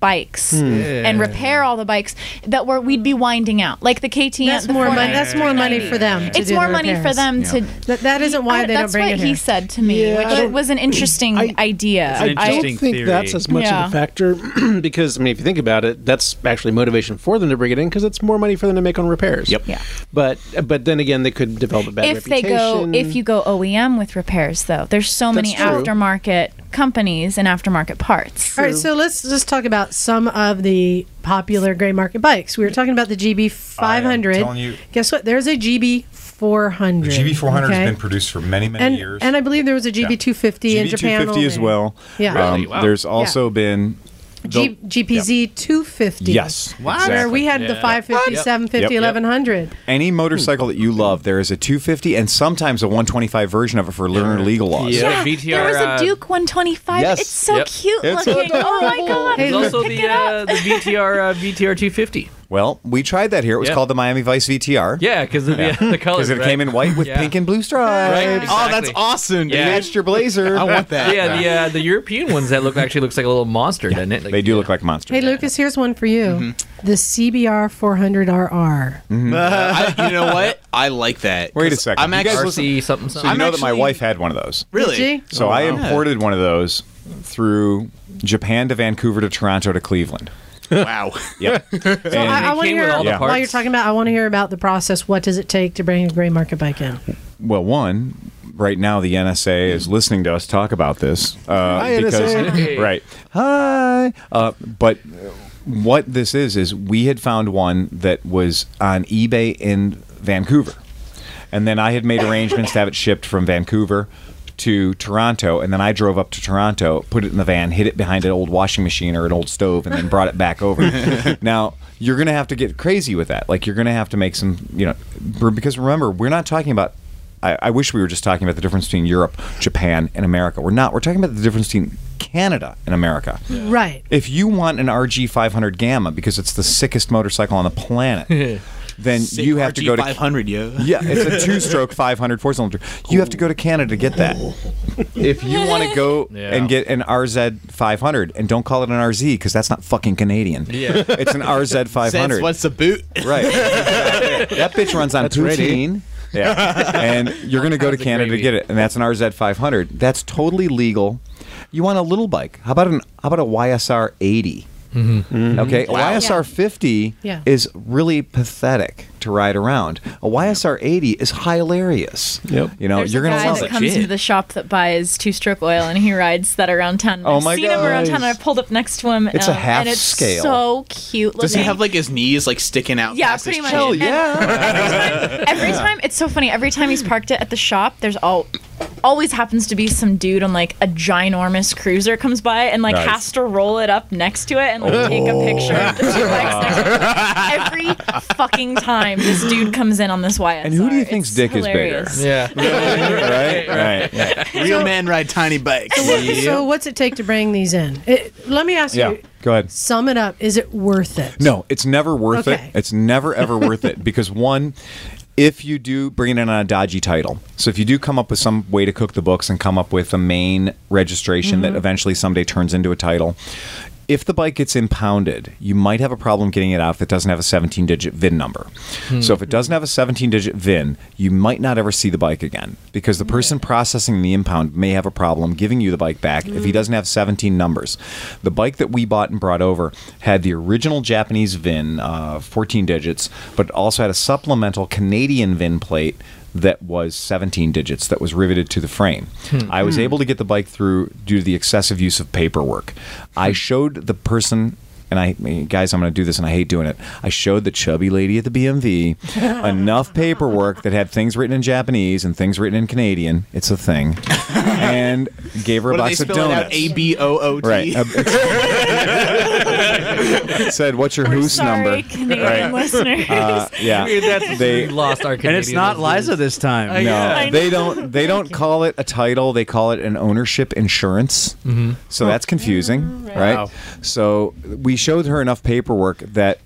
bikes Hmm. and repair all the bikes that were we'd be winding out like the KTM That's the more money. 490. That's more money for them. to it's do more the money for repairs. them to That, that isn't why I- they don't that's bring what it he here. said to me Yeah, I which don't- was an [CLEARS THROAT] interesting idea I don't think that's as much Yeah. of a factor [CLEARS THROAT] because I mean, if you think about it, that's actually motivation for them to bring it in because it's more money for them to make on repairs. Yep. Yeah. But but then again, they could develop a bad if they reputation. go if you go OEM with repairs though. There's so many That's true. aftermarket companies and aftermarket parts. All right, so let's just talk about some of the popular gray market bikes. We were talking about the GB 500. I am telling you- Guess what? There's a GB 400. The GB400 okay? has been produced for many, many and, years. And I believe there was a GB 250 in Japan. GB250 as only. well. Yeah. Um, Really? Wow. There's Yeah. also been. the- G- GPZ 250. Yes, What? Where we had the exactly. 550, Yep. 750, Yep. 1100. Any motorcycle that you love, there is a 250 and sometimes a 125 version of it for learner legal laws. there was a Duke 125. yes. It's so Yep. cute It's looking. Oh my god! There's look, also pick the it up. uh, the VTR uh, VTR 250. Well, we tried that here. It was Yeah. called the Miami Vice VTR. Yeah, 'cause of the- uh, the colors, 'Cause it right? came in white with Yeah. pink and blue stripes. Right, Oh, that's exactly. awesome! dude. Yeah. Matched your blazer. Yeah, the uh, the European ones that look actually looks like a little monster, doesn't it? [LAUGHS] they do look like monsters. Hey, Lucas, here's one for you Mm-hmm. the CBR 400RR. Uh, I, you know what? I like that. Wait a 'cause second. I'm You guys actually listen- something. So you know that my wife had one of those. Really? Did she? So Oh, I wow. imported one of those through Japan to Vancouver to Toronto to Cleveland. Wow. [LAUGHS] [LAUGHS] Yep. So I, I want to hear Yeah. while you're talking about. I want to hear about the process. What does it take to bring a gray market bike in? Well, one, right now the NSA is listening to us talk about this. Uh, Hi, NSA. Right. Hi. Uh, but what this is is we had found one that was on eBay in Vancouver, and then I had made arrangements to have it shipped from Vancouver to Toronto, and then I drove up to Toronto, put it in the van, hid it behind an old washing machine or an old stove, and then brought it back over. now you're gonna have to get crazy with that. Like you're gonna have to make some, you know, because remember we're not talking about I, I wish we were just talking about the difference between Europe, Japan, and America. We're not. We're talking about the difference between Canada and America. Right. If you want an RG 500 Gamma because it's the sickest motorcycle on the planet, then Sick you have to go to 500, yo. [LAUGHS] Yeah, it's a two-stroke 500 four-cylinder. You have to go to Canada to get that. If you want to [LAUGHS] go and get an RZ 500, and don't call it an RZ because that's not fucking Canadian. Yeah. [LAUGHS] it's an RZ 500. [LAUGHS] Says what's the boot? [LAUGHS] Right. Exactly. that bitch runs on That's ready. poutine. [LAUGHS] Yeah. And you're going to go to Pounds of Canada to gravy. get it, and that's an RZ 500. That's totally legal. You want a little bike? How about an how about a YSR 80? Hmm. Okay, a YSR 50 Yeah. is really pathetic to ride around. A YSR 80 is hilarious. Yep. You know, There's you're a going to guy love that it. comes into the shop that buys two-stroke oil, and he rides that around town. And Oh I've my seen him around town, and I gosh. pulled up next to him. It's a um, half and it's scale. So cute. Does he looking. have like his knees like sticking out? Yeah, past his pretty much. chin? Hell And yeah. Every time, every time, it's so funny. Every time he's parked it at the shop, there's all always happens to be some dude on like a ginormous cruiser comes by and like Nice. has to roll it up next to it and like take a picture of the two bikes next to it. Every fucking time this dude comes in on this YSR. And who do you think's It's dick is hilarious. [LAUGHS] Yeah. [LAUGHS] right? Right. Real men ride tiny bikes. So what's it take to bring these in? It, let me ask Yeah. you. Go ahead. Sum it up. Is it worth it? No, it's never worth Okay. it. It's never ever worth it because one, if you do bring it in on a dodgy title, so if you do come up with some way to cook the books and come up with a main registration that eventually someday turns into a title. If the bike gets impounded, you might have a problem getting it out if it doesn't have a 17 digit VIN number. So, if it doesn't have a 17 digit VIN, you might not ever see the bike again because the person processing the impound may have a problem giving you the bike back if he doesn't have 17 numbers. The bike that we bought and brought over had the original Japanese VIN, uh, 14 digits, but also had a supplemental Canadian VIN plate that was 17 digits that was riveted to the frame. Hmm. I was able to get the bike through due to the excessive use of paperwork. I Hmm. showed the person and I, guys, I'm going to do this, and I hate doing it. I showed the chubby lady at the [LAUGHS] BMV enough paperwork that had things written in Japanese and things written in Canadian. It's a [LAUGHS] thing, and gave her a What do they box of spell it out? donuts. A B O O T. right. [LAUGHS] Said, "What's your hoose Sorry, number?" Canadian listeners. Uh, yeah, We they lost our And it's Canadian not listeners. Liza this time. No, [LAUGHS] I they don't. They don't call it a title. They call it an ownership insurance. Mm-hmm. So that's confusing, right? Wow. So we showed her enough paperwork that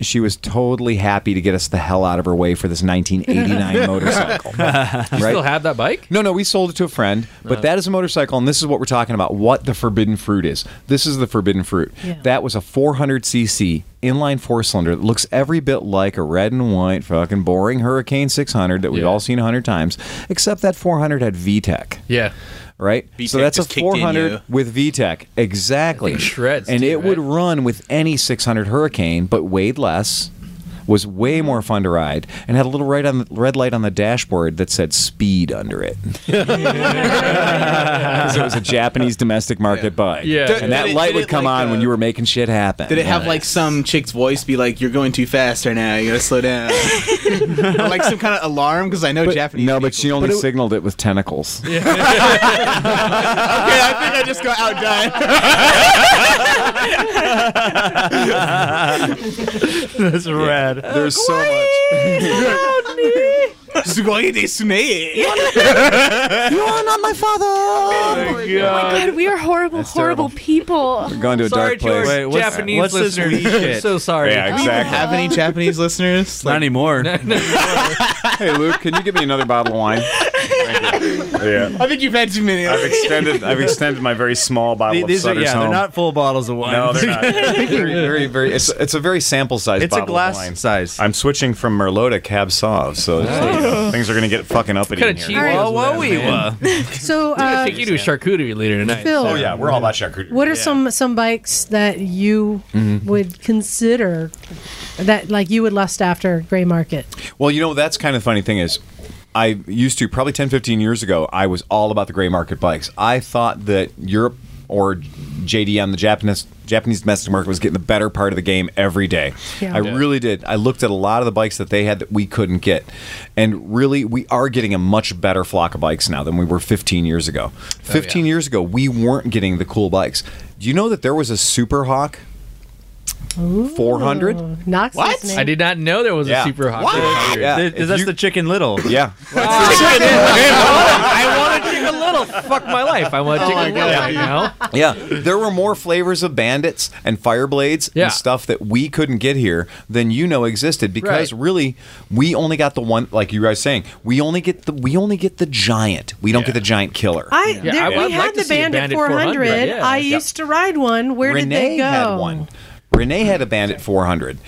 she was totally happy to get us the hell out of her way for this 1989 motorcycle. You right? still have that bike? No, no, we sold it to a friend, but that is a motorcycle, and this is what we're talking about what the forbidden fruit is. This is the forbidden fruit. Yeah. That was a 400cc inline four cylinder that looks every bit like a red and white, fucking boring Hurricane 600 that we've Yeah. all seen a 100 times, except that 400 had VTEC. Yeah. Right, so VTEC that's a just kicked in, 400 yeah. with VTEC, exactly. It shreds and too, it would right? run with any 600 Hurricane, but weighed less, was way more fun to ride, and had a little red, on the, red light on the dashboard that said "speed" under it. [LAUGHS] 'Cause it was a Japanese domestic market bike. Yeah. Did- and that did it- light did would it come like, on uh, when you were making shit happen. Did it have like some chick's voice be like, "You're going too fast right now. You gotta slow [LAUGHS] down," or like some kind of alarm? Because I know Japanese. No, but people- she only signaled it with [LAUGHS] tentacles. Okay, I think I just got outdone. That's rad. There's so much. [LAUGHS] Sugoi desu ne. You are not my father. God, we are horrible, horrible people. We're going to a Sorry dark to our place. Wait, what's- Japanese what's this listeners. Oh. wee shit? I'm so sorry. Yeah, exactly. Have any Japanese listeners? Not anymore. hey, Luke, can you give me another bottle of wine? Yeah. I think you've had too many. extended. I've extended my very small bottle Th- These are yeah, they're not full bottles of wine. [LAUGHS] very, very, very. It's, it's a very sample size. it's a glass size. Oh. I'm switching from Merlot to Cab Sauv, so things are going to get fucking uppity Kinda cheap. Whoa, whoa, wee, wah. So uh, Take you to a charcuterie later tonight. Phil, Oh yeah, we're all about charcuterie. what are some some bikes that you would consider that like you would lust after gray market? Well, you know, that's kind of the funny thing is I used to probably 10, 15 years ago, I was all about the gray market bikes. I thought that Europe or JDM, the Japanese Japanese domestic market was getting the better part of the game every day. Yeah. I Yeah. really did. I looked at a lot of the bikes that they had that we couldn't get, and really, we are getting a much better flock of bikes now than we were 15 years ago. 15 years ago, we weren't getting the cool bikes. Do you know that there was a Super Hawk 400? Knox What? listening. I did not know there was Yeah. a super hot. What? dog. Yeah. Th- If that's you- the Chicken Little. Yeah. [LAUGHS] I want a chicken little. Fuck my life. I want a chicken little. You know. Yeah, there were more flavors of bandits and fireblades Yeah. and stuff that we couldn't get here than you know existed because Right. really we only got the one like you guys saying we only get the we only get the giant we don't get the giant killer. I, Yeah, there- I we would had like to the see a Bandit, Bandit 400. 400, yeah. I Yeah. used to ride one. Where Renee did they go? had one. Renee had a bandit 400,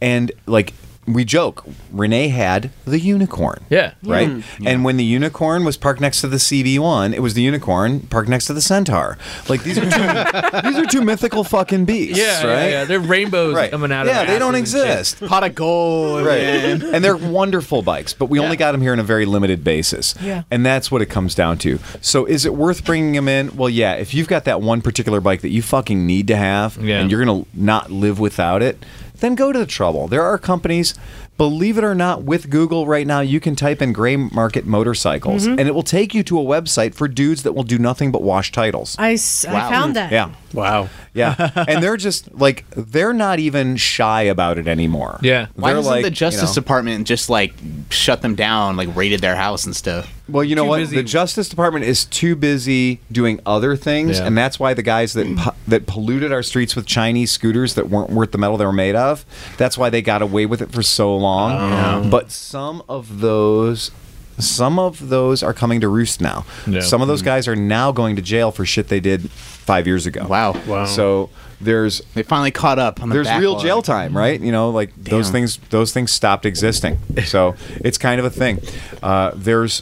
and like we joke, Renee had the unicorn. Yeah. Right. Hmm. And when the unicorn was parked next to the CB1, it was the unicorn parked next to the centaur. Like these are two, [LAUGHS] these are two mythical fucking beasts. Yeah, Right. yeah, yeah. They're rainbows Right. coming out yeah, of they don't asses and shit. exist. Pot of gold. Right. and they're wonderful bikes, but we only got them here on a very limited basis. Yeah. And that's what it comes down to. So is it worth bringing them in? Well, yeah, if you've got that one particular bike that you fucking need to have Yeah. and you're going to not live without it, then go to the trouble. There are companies, believe it or not, with Google right now, you can type in gray market motorcycles Mm-hmm. and it will take you to a website for dudes that will do nothing but wash titles. I, s- I found that. yeah. Wow. [LAUGHS] Yeah. and they're just like, they're not even shy about it anymore. Yeah. Why They're doesn't like, the you Justice know- Department just like shut them down, like raided their house and stuff? Well, you know Too what? busy. The Justice Department is too busy doing other things, Yeah. and that's why the guys that po- that polluted our streets with Chinese scooters that weren't worth the metal they were made of. That's why they got away with it for so Oh. long. But some of those. Some of those are coming to roost now. Yeah. Hmm. Some of those guys are now going to jail for shit they did five years ago. Wow. Wow. So there's They finally caught up on the there's real backlog. jail time, right? You know, like those Damn. things those things stopped existing. So it's kind of a thing. Uh, there's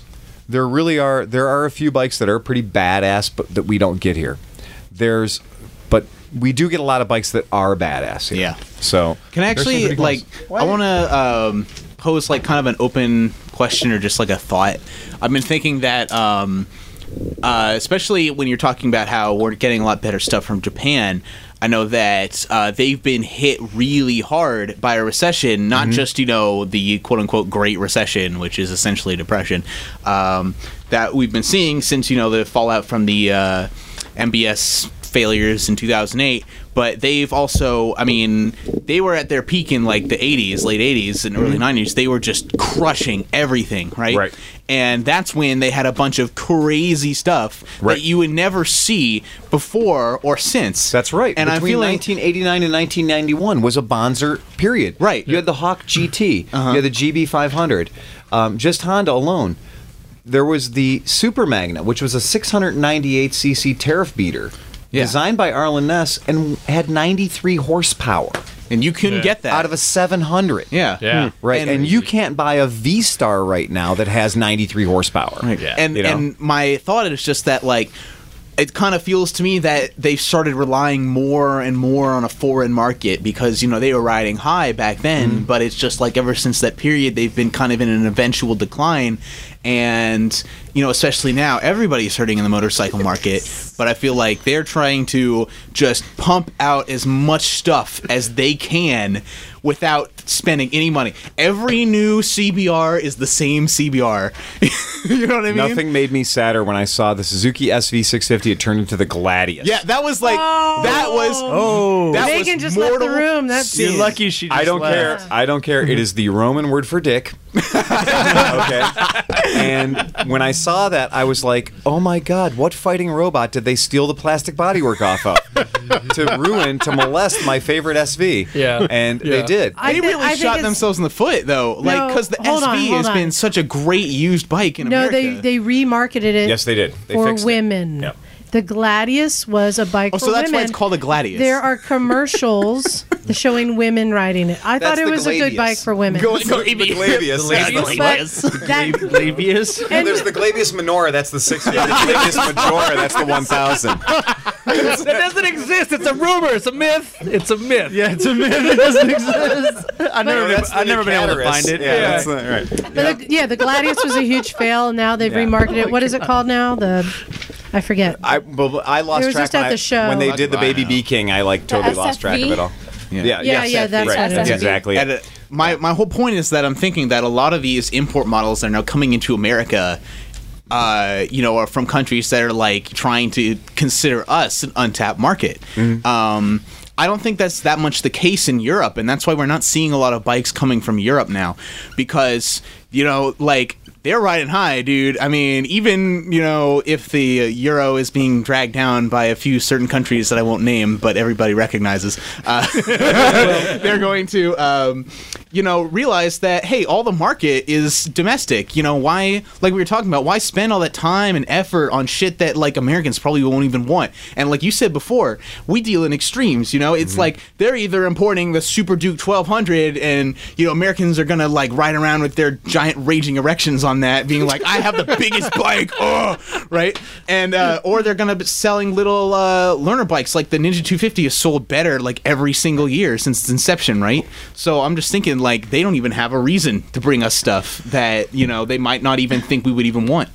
there really are there are a few bikes that are pretty badass, but that we don't get here. There's but we do get a lot of bikes that are badass. Here. Yeah. So Can I there's some pretty actually cool like? ones. I want to um, pose like kind of an open question or just like a thought. I've been thinking that, um, uh, especially when you're talking about how we're getting a lot better stuff from Japan. I know that uh, they've been hit really hard by a recession, not just you know the quote unquote Great Recession, which is essentially a depression um, that we've been seeing since you know the fallout from the uh, MBS failures in 2008 but they've also i mean they were at their peak in like the 80s late 80s and early 90s they were just crushing everything right Right. and that's when they had a bunch of crazy stuff Right. that you would never see before or since That's right. and i'm Between feeling 1989 and 1991 was a Bonzer period. Right. Uh-huh. You had the Hawk GT. You had the GB 500. Um, just Honda alone. There was the Super Magna, which was a 698cc tariff beater, Yeah. designed by Arlen Ness, and had 93 horsepower and you couldn't get that out of a 700. yeah Hmm. Yeah. Right, And- and, you can't buy a V Star right now that has 93 horsepower. Yeah. And You know? and my thought is just that like it kind of feels to me that they've started relying more and more on a foreign market because you know they were riding high back then, but it's just like ever since that period they've been kind of in an eventual decline and you know especially now everybody's hurting in the motorcycle market but i feel like they're trying to just pump out as much stuff as they can without spending any money every new cbr is the same cbr [LAUGHS] you know what i mean Nothing made me sadder when I saw the Suzuki SV650. It turned into the Gladius. Yeah, that was like that was Oh. that Megan was just left the mortal room. That's- sin. You're lucky she just I don't care. left. I don't care. It is the Roman word for dick. [LAUGHS] okay. And when I saw that, I was like, "Oh my God! What fighting robot did they steal the plastic bodywork off of [LAUGHS] to ruin, to molest my favorite SV?" Yeah. and Yeah. they did. I They thi- really I think shot it's- themselves in the foot though, like No, because the hold SV on, hold has on. been such a great used bike in No, America. they they remarketed it. yes, they did. They for fixed it. women. Yep. The Gladius was a bike oh, for so that's why women. it's called a Gladius. There are commercials [LAUGHS] showing women riding it. I thought That's it the was a good Gladius. bike for women. Go, go the Glavius. But [LAUGHS] that, Labius? and There's the Glavius Minora. That's the six. There's the Glavius Majora. That's the one thousand. That doesn't exist. It's a rumor. It's a myth. It's a myth. Yeah, it's a myth that doesn't exist. I've never, been, That's the I've never been able to Caterus. find it. Yeah, that's the- right. But the- yeah, the Gladius was a huge fail. Now they've remarketed it. What is it called now? The I forget. I well, I lost It was track just at when I- the show. when they did the Well, I Baby know. Bee King. I like totally lost track of SFV? it all. Yeah, Yeah, yeah, that's right. That's SFV. exactly. And, It. uh, my my whole point is that I'm thinking that a lot of these import models that are now coming into America. Uh, you know, are from countries that are like trying to consider us an untapped market. Um, I don't think that's that much the case in Europe, and that's why we're not seeing a lot of bikes coming from Europe now, because you know, like they're riding high, dude. I mean, even you know, if the uh, euro is being dragged down by a few certain countries that I won't name, but everybody recognizes, uh, [LAUGHS] they're going to, um, you know, realize that hey, all the market is domestic. You know, why? Like we were talking about, why spend all that time and effort on shit that like Americans probably won't even want? And like you said before, we deal in extremes. You know, it's like they're either importing the Super Duke 1200, and you know, Americans are gonna like ride around with their giant raging erections on that, being like, I have [LAUGHS] the biggest bike, oh, right? And uh, or they're gonna be selling little uh, learner bikes, like the Ninja 250 is sold better like every single year since its inception, right? So I'm just thinking like they don't even have a reason to bring us stuff that you know they might not even think we would even want.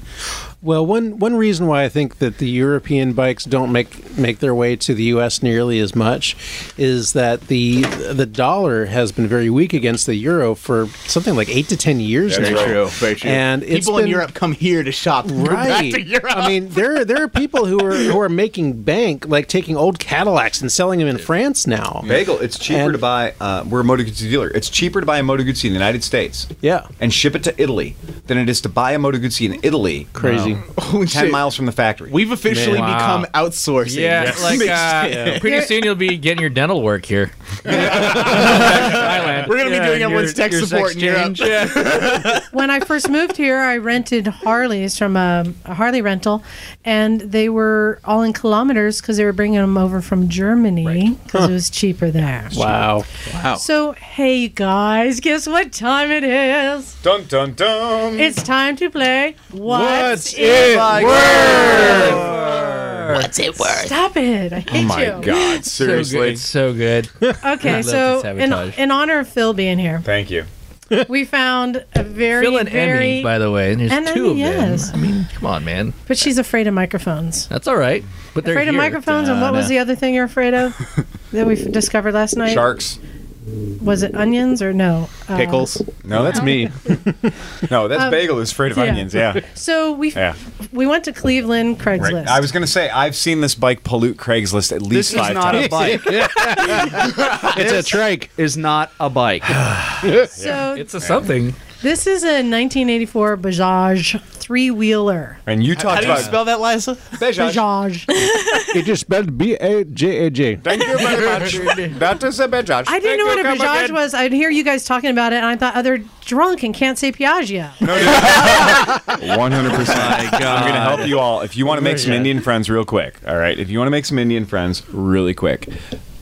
Well, one one reason why I think that the European bikes don't make make their way to the U.S. nearly as much is that the the dollar has been very weak against the euro for something like eight to ten years now. Very true. And it's people in been- Europe come here to shop. Go Right. Back to Europe. I mean, there there are people who are who are making bank, like taking old Cadillacs and selling them in France now. Bagel, it's cheaper And- to buy. Uh, we're a Moto Guzzi dealer. It's cheaper to buy a Moto Guzzi in the United States, Yeah. and ship it to Italy than it is to buy a Moto Guzzi in Italy, [LAUGHS] Crazy. ten shit. miles from the factory. We've officially Man. become outsourcing. Yeah, like uh, pretty soon you'll be getting your dental work here. We're gonna be doing everyone's tech support in Europe. when I first moved here, I rented Harleys from a, a Harley rental, and they were all in kilometers because they were bringing them over from Germany because it was cheaper there. Wow. So, hey guys, guess what time it is? dun dun dun. It's time to play What's, it What's it worth? Stop it. I hate Oh my [LAUGHS] you. God! Seriously, so good. It's so good. Okay, love so to in, sabotage. in honor of Phil being here, thank you. we found a very, Phil and very. Emmy, by the way, and there's And two Emmy, of them. yes. I mean, come on, man. but she's afraid of microphones. That's all right. But they're afraid of here. microphones, and what was the other thing you're afraid of that we f- discovered last night? Sharks. Was it onions or no? Uh, Pickles. No, that's [LAUGHS] me. [LAUGHS] no, that's Bagel who's afraid of Um, yeah. onions. [LAUGHS] Yeah, So we f- yeah. we went to Cleveland Craigslist. Right. I was gonna say I've seen this bike pollute Craigslist at least This is five not times. a [LAUGHS] bike. It's a trike. Is not a bike. so It's [LAUGHS] a something. this is a 1984 Bajaj three wheeler. And you How talked do you about spell that, Liza? Bajaj. Bajaj. It is spelled B A J A J. Thank you very much. [LAUGHS] that is a Bajaj. I didn't know what a Bajaj was. I'd hear you guys talking about it, and I thought, oh, they're drunk and can't say Piaggio. One hundred percent. I'm gonna help you all. If you want to make some Indian friends, real quick. All right. If you want to make some Indian friends, really quick.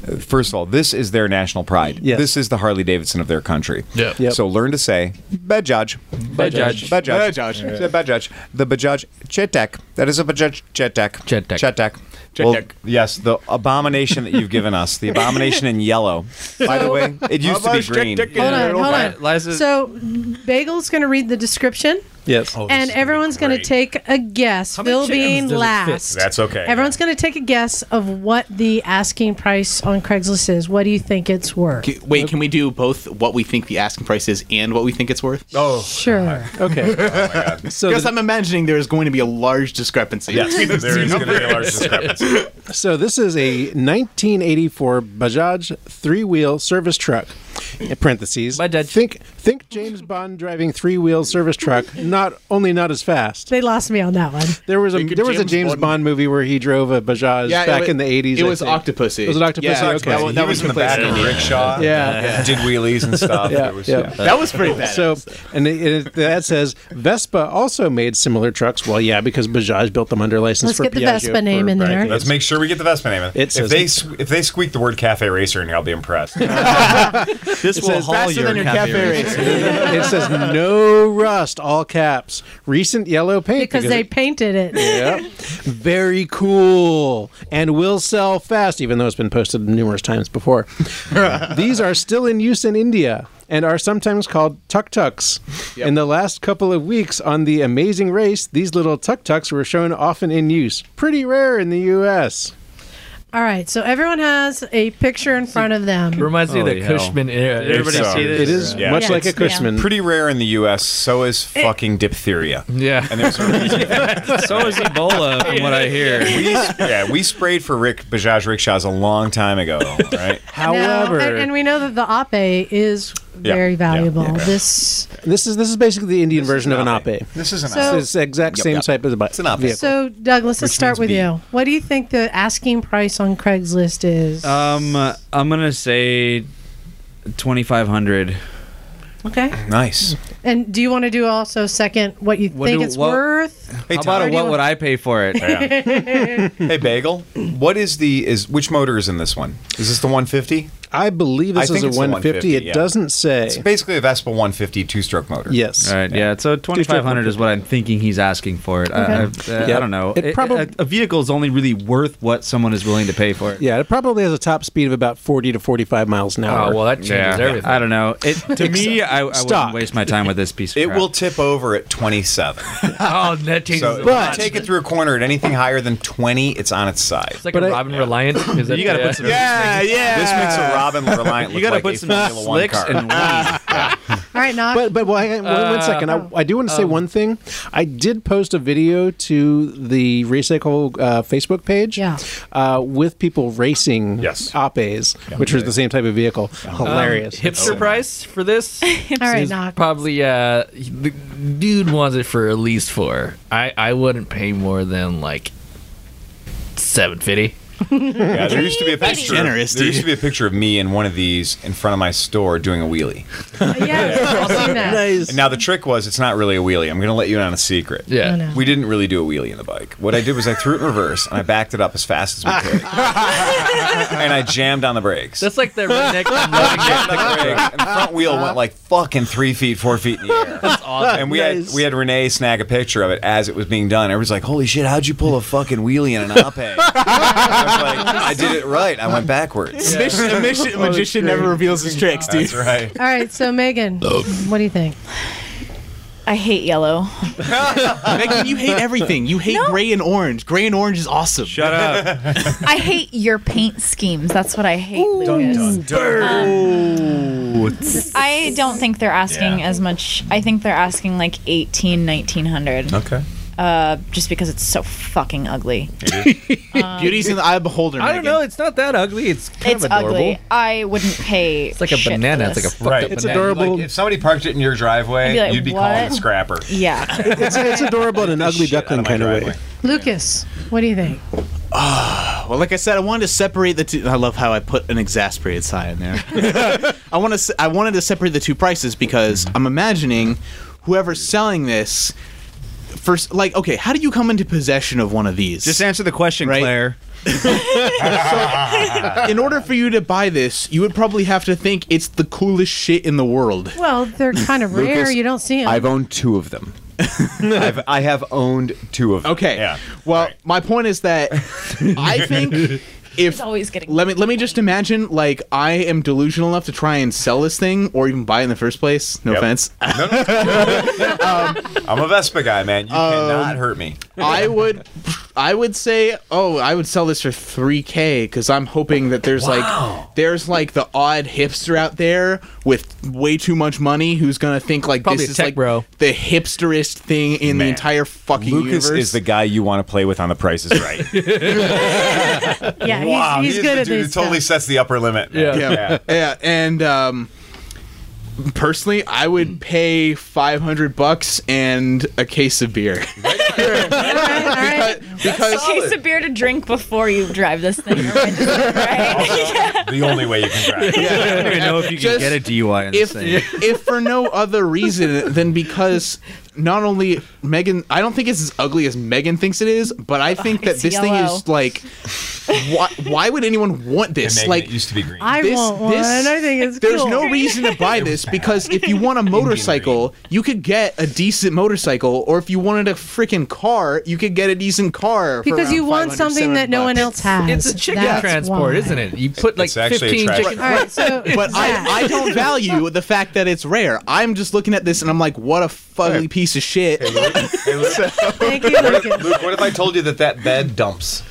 uh, First of all, this is their national pride. Yes. This is the Harley Davidson of their country. Yeah. Yep. So learn to say Bajaj. Bajaj. Bajaj. Bajaj. It's a Bajaj. The Bajaj Chetak. That is a Bajaj Chetak. Chetak. Chetak. Well, yes, the abomination that you've given us, the abomination in yellow. By the way, it used to be green. Hold on, hold on. Liza- So Bagel's going to read the description, Yes. and everyone's going to take a guess. many Phil chickens being does it fit? last. okay. Everyone's going to take a guess of what the asking price on Craigslist is. What do you think it's worth? K- Wait, can we do both what we think the asking price is and what we think it's worth? Oh, Sure. Okay. so, Because the- I'm imagining there is going to be a large discrepancy. [LAUGHS] yes. There is going to be a large discrepancy. so this is a 1984 Bajaj three-wheel service truck. In parentheses. Bajaj. Think think James Bond driving three-wheel service truck. Not only not as fast. [LAUGHS] They lost me on that one. There was a Think of there was a James James Bond. Bond. movie where he drove a Bajaj Yeah, it back wa- in the 80s. It I was think. Octopussy. It was an Octopussy, Yeah, okay. That, one- that he was in the back of a rickshaw. uh, Yeah. Did wheelies and stuff. Yeah, It was- yeah. That was pretty bad. So, and it, it, that says Vespa also made similar trucks. Well, yeah, because Bajaj built them under license Let's for get the Piaggio Vespa name for in there. decades. Let's make sure we get the Vespa name. in. It if says they it. sque- if they squeak the word cafe racer in here, I'll be [LAUGHS] impressed. [LAUGHS] this will says haul faster your, than your cafe, cafe racer. racer. it says no rust, all caps. Recent yellow paint Because they painted it. Yep. Very cool and [LAUGHS] will sell fast, even though it's been posted numerous times before. These are still in use in India. and are sometimes called tuk tuks. In the last couple of weeks on The Amazing Race, these little tuk tuks were shown often in use. Pretty rare in the U.S. All right, so everyone has a picture in front of them. Reminds me of the Cushman era. It's, uh, It is much like a Cushman. Pretty rare in the U.S. So is fucking diphtheria. Yeah. Eh. And there's a reason. [LAUGHS] [LAUGHS] so is Ebola, from what I hear. We, yeah, we sprayed for Rick Bajaj rickshaws a long time ago, right? However, and, and we know that the ape is Yeah, very yeah, valuable. yeah. This this is this is basically the Indian version [LAUGHS] of an ape. This is an So- It's the exact Yep, same yep. type of bike. It's an ape. so Douglas, let's Which start means with bee. you. What do you think the asking price on Craigslist is? Um, I'm gonna say 2,500. okay. nice. And do you want to do also second what you What think do- it's what- worth? Hey, How about Tyler, a, what would I pay for it? [LAUGHS] hey Bagel, what is the is which motor is in this one? Is this the 150? I believe this I think is a it's the 150. 150, It yeah. doesn't say. It's basically a Vespa 150 two-stroke motor. Yes. All right, yeah. So twenty five hundred is what I'm thinking he's asking for it. I, I, I, Yeah. don't know. It It, probab- a, a vehicle is only really worth what someone is willing to pay for it. Yeah, it probably has a top speed of about 40 to 45 miles an hour. Oh, well, that changes everything. I don't know. It to me, I, I Stock. wouldn't waste my time with this piece. Of It crap. will tip over at [LAUGHS] 27. Oh, that changes. So but, if you take it through a corner at anything higher than 20, it's on its side. it's like but a I- Robin Reliant. Is that, You gotta yeah. put [LAUGHS] some. Yeah, yeah. This makes a [LAUGHS] Robin Reliant look You gotta like put a some Formula One slicks car. and wings. All right, knock. But but well, hang on, one- Uh, one second. I, I do want to um, say one thing. I did post a video to the Recycle uh, Facebook page. Yeah. Uh, with people racing Yes. apes, which was the same type of vehicle. Hilarious. hipster price for this. All [LAUGHS] right, is knock. probably uh, the dude wants it for at least four. I I wouldn't pay more than like seven fifty. Yeah, there used to be a picture. generous, there used to dude. be a picture of me in one of these in front of my store doing a wheelie. yeah, I've seen that. Nice. And now the trick was it's not really a wheelie. I'm going to let you in on a secret. Yeah. I know. We didn't really do a wheelie in the bike. What I did was I threw it in reverse and I backed it up as fast as we [LAUGHS] could. and I jammed on the brakes. That's like the redneck. I [LAUGHS] jammed on the brakes, and the front wheel went like fucking three feet, four feet in the air. That's awesome. And we Nice. had we had Renee snag a picture of it as it was being done. Everybody's like, "Holy shit! How'd you pull a fucking wheelie in an ape?" I was [LAUGHS] like, "I did it right. I went backwards." A mis- a mis- [LAUGHS] a magician never reveals his tricks, dude. That's [LAUGHS] right. All right, so Megan, what do you think? I hate yellow. Megan, you hate everything. You hate gray and orange. Gray and orange is awesome. Shut up. I hate your paint schemes. That's what I hate, Lucas. I don't think they're asking as much. I think they're asking like 18, 1900. Okay. Uh, just because it's so fucking ugly. Beauty's in the eye of the beholder. I don't Megan. know. It's not that ugly. It's kind It's of adorable. ugly. I wouldn't pay. It's like a banana. It's like a fucked Right. up It's banana. adorable. Like, if somebody parked it in your driveway, I'd be like, you'd be "What?" calling it scrapper. [LAUGHS] yeah. it's, it's adorable in an ugly duckling kind of way. Lucas, what do you think? Well, like I said, I wanted to separate the two. I love how I put an exasperated sigh [LAUGHS] in there. I want to. I wanted to separate the two prices because I'm imagining whoever's selling this first. Like, okay, how do you come into possession of one of these? Just answer the question, Right. Claire. in order for you to buy this, you would probably have to think it's the coolest shit in the world. Well, they're kind of rare. Lucas, you don't see them. I've owned two of [LAUGHS] them. I've, I have owned two of them. Okay. Yeah. Well, my point [LAUGHS] is that I think if always getting let me let me just imagine like I am delusional enough to try and sell this thing or even buy it in the first place. No Yep. offense. I'm a Vespa guy, man. You cannot hurt me. I would I would say oh I would sell this for 3k because I'm hoping that there's like there's like the odd hipster out there with way too much money who's gonna think like Probably this a is tech like bro. the hipsterest thing in the Man. entire fucking Lucas universe. is the guy you want to play with on The Price is Right. yeah, wow, he's, he's he is good the at dude these. who totally stuff. sets the upper limit. man. Yeah. yeah. yeah. And um, personally, I Hmm. would pay 500 bucks and a case of beer. All right, all right. [LAUGHS] because case of beer to drink before you drive this [LAUGHS] thing, right? the only way you can drive. I don't even know if you Just- can get a DUI in this if thing. [LAUGHS] if for no other reason than because not only Megan, I don't think it's as ugly as Megan thinks it is, but I think that it's this thing [LAUGHS] yellow. is like, why, why would anyone want this? Megan, Like, it used to be green. [LAUGHS] I this, want one. this- I think it's there's cool. no reason to buy this because if you want a motorcycle, you could get a decent motorcycle, or if you wanted a freaking car, you could get a decent car for because you around want 500, something that no one else has. It's a chicken That's why. transport, isn't it? You put like It's actually a 15 trash chicken. All right, so but I, I don't value the fact that it's rare. I'm just looking at this and I'm like, what a fugly piece of shit. thank you, Lucas. Luke, what if I told you that that bed dumps?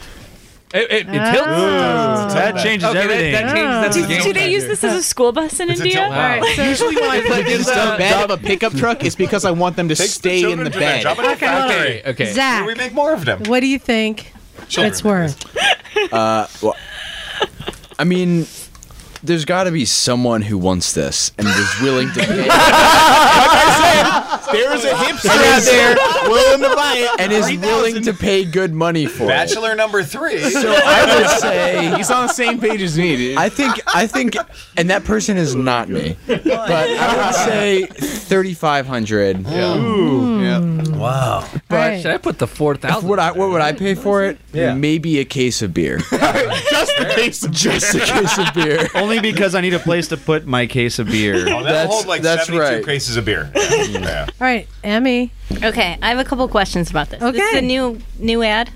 It, it, Oh. it tilts. Ah. That changes Okay, everything. That, that changes. That's a Do- game do changer. they use this as a school bus in It's a India? tilt- Wow. All right, so- [LAUGHS] Usually when I uh, put kids in the bed of a pickup truck, it's because I want them to stay in the bed. Drop it in the Okay, hold on. factory. Okay. We Zach, make more of them. what do you think Children. it's worth? I mean, there's got to be someone who wants this and is willing to [LAUGHS] pay. There is a hipster out there willing to buy it, and is willing to pay good money for it. Bachelor number three. So I [LAUGHS] would say He's on the same page as me, dude. I think I think and that person is not me. But I would say 3500. [LAUGHS] wow. But All right. Should I put the 4,000? Would I what would I pay for it? Yeah. Maybe a case of beer. [LAUGHS] Just the case of Just a case of beer. [LAUGHS] Only because I need a place to put my case of [LAUGHS] beer. Well, That's- that'll hold like that's 72 right. cases of beer. Yeah. All right, Emmy, Okay, I have a couple questions about this. This is Okay. a new new ad.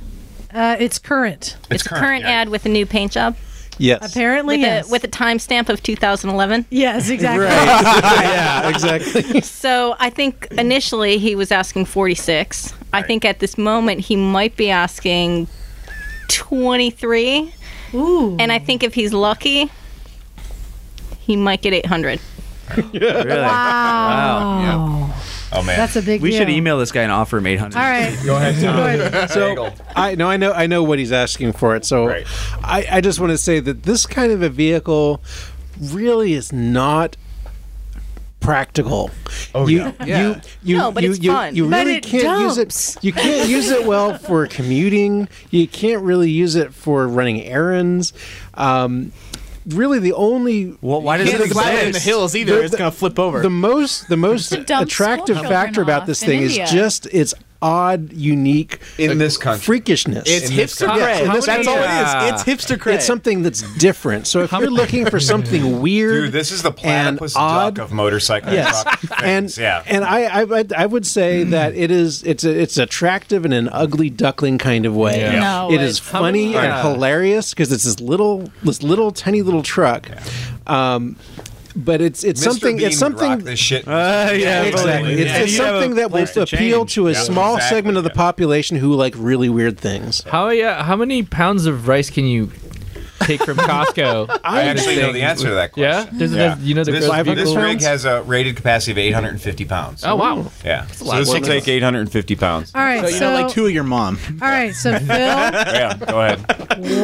uh, it's current. It's, a current, ad with a new paint job [LAUGHS] Yes. Apparently, with Oh, yes. a with a timestamp of 2011. yes, exactly. [LAUGHS] yeah, exactly. So I think initially he was asking 46. I think at this moment he might be asking 23. Ooh, And I think if he's lucky, he might get 800. Really. Oh, man. that's a big We deal. should email this guy and offer him 800. All right, Go ahead, [LAUGHS] Tom. so, I no, I know, I know what he's asking for it. So, Right. I, I just want to say that this kind of a vehicle really is not practical. Oh you, yeah. You, you, No, but you, it's you, fun. you But really it can't use dumps. it. You can't use it well for commuting. You can't really use it for running errands. Um, really, the only Well, why does Can't it slap it in the exist? hills either. it's gonna flip over. the most the most a dumb attractive school factor children about off this in thing India. is just its odd, unique in this country. freakishness. it's in this hipster country. cred. How That's many- uh, all it Yeah. is. It's hipster cred. It's something that's different. So if you're looking for [LAUGHS] something weird, Dude, this is the and platypus odd, duck of motorcycle Yes, truck things. [LAUGHS] and yeah. Mm. and I, I I'd- I would say that it is it's a, it's attractive in an ugly duckling kind of way. Yeah. No, it it's- is funny Yeah. and hilarious because it's this little this little tiny little truck. Um, but it's it's Mr. something Bean it's would rock something this shit. Uh, yeah, Exactly. totally. It's, And it's you have a something that will place to appeal change. to a Yeah, small exactly, segment of the yeah. population who like really weird things. How, yeah, how many pounds of rice can you take [LAUGHS] from Costco? I actually know the answer to that Yeah? question. Does it- does- you know the this, gross this vehicle- rig has a rated capacity of 850 pounds. oh, wow. yeah. So lot this of will take 850 pounds. all right. so, So, you know, like two of your mom. all [LAUGHS] right. So Phil, Yeah, go ahead.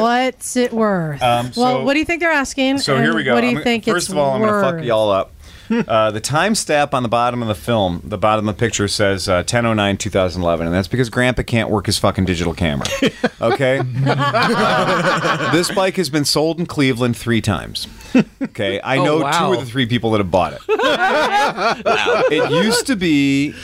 what's it worth? Um, so- well, what do you think they're asking? So here and we go. What do I'm you gonna- think First it's of all, I'm worth? going to fuck y'all [LAUGHS] up. Uh, the timestamp on the bottom of the film, the bottom of the picture says uh, 10:09 2011, and that's because Grandpa can't work his fucking digital [LAUGHS] camera. Okay, this bike has been sold in Cleveland three times. Okay, I Oh, know wow. two of the three people that have bought [LAUGHS] it. It used to be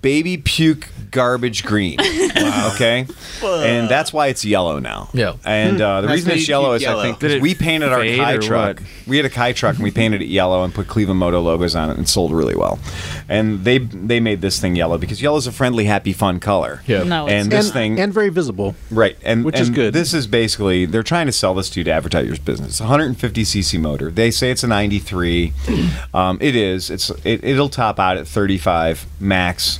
baby puke garbage green. Okay, and that's why it's yellow now. Yeah. and uh, the That's reason baby it's yellow puke is yellow. I think Did it we painted our fade Kai or truck. what? We had a Kai truck and we painted it yellow and put Cleveland Moto logos on it and sold really well. And they they made this thing yellow because yellow's a friendly, happy, fun color. Yeah. No, it's and this and, thing and very visible. Right, and Which is and good. This is basically they're trying to sell this to you to advertise your business. 150 cc motor. They say it's a [CLEARS THROAT] 93. um, it is. It's it, it'll top out at 35 max.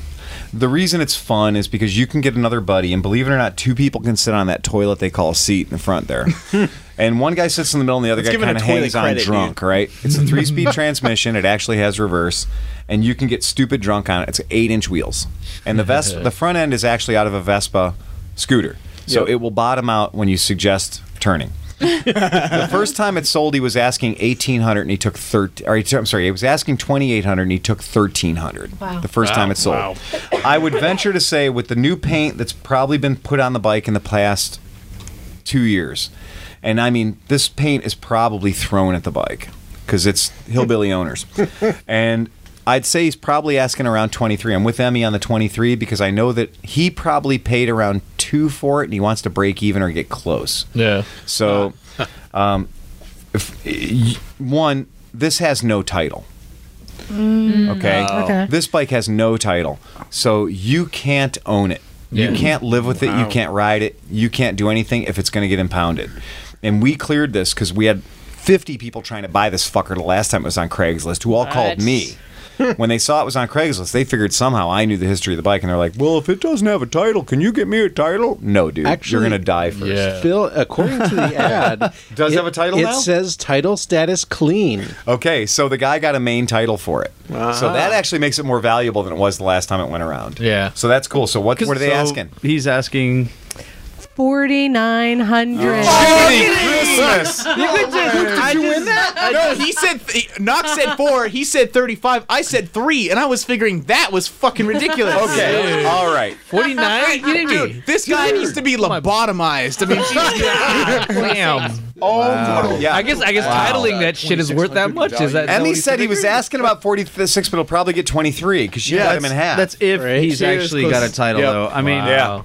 The reason it's fun is because you can get another buddy, and believe it or not, two people can sit on that toilet they call a seat in the front [LAUGHS] there. And one guy sits in the middle, and the other Let's guy give it kind a of toilet hangs on credit, dude. drunk, right? It's a three-speed transmission. It actually has reverse, and you can get stupid drunk on it. It's eight-inch wheels, and the Vespa, the front end is actually out of a Vespa scooter, so it will bottom out when you suggest turning. the first time it sold, he was asking eighteen hundred, and he took thirteen. Or he took- I'm sorry, he was asking twenty-eight hundred, and he took thirteen hundred. Wow. The first time it sold, I would venture to say with the new paint that's probably been put on the bike in the past two years. And I mean, this paint is probably thrown at the bike because it's hillbilly owners. And I'd say he's probably asking around 23. I'm with Emmy on the 23 because I know that he probably paid around two for it and he wants to break even or get close. Yeah. So, [LAUGHS] um, if, y- one, this has no title. Okay? Okay. This bike has no title. So you can't own it. You can't live with it. You Wow. can't ride it. You can't do anything if it's going to get impounded. And we cleared this because we had 50 people trying to buy this fucker the last time it was on Craigslist who all called me. when they saw it was on Craigslist, they figured somehow I knew the history of the bike and they're like, well, if it doesn't have a title, can you get me a title? No, dude. Actually, you're going to die first. Phil, according to [LAUGHS] the ad, Does it have a title it now? says title [LAUGHS] status clean. Okay, so the guy got a main title for it. So that actually makes it more valuable than it was the last time it went around. Uh-huh. Yeah. So that's cool. So what, what are they So asking? He's asking. Forty nine hundred. Oh. Christmas. I just- I- he said th- Knox said four. He said thirty-five. I said three, and I was figuring that was fucking ridiculous. Okay. All right. [LAUGHS] 49? You didn't Dude, this guy needs to be lobotomized. I mean, Jesus. Damn. Oh, yeah. I guess I guess titling that shit is worth that much. Is that is that what Emmy he said he was asking about 46, but he'll probably get 23 because she cut him in half. That's if Right? he's See, it was actually close. got a title, Yep. though. I mean, Yeah.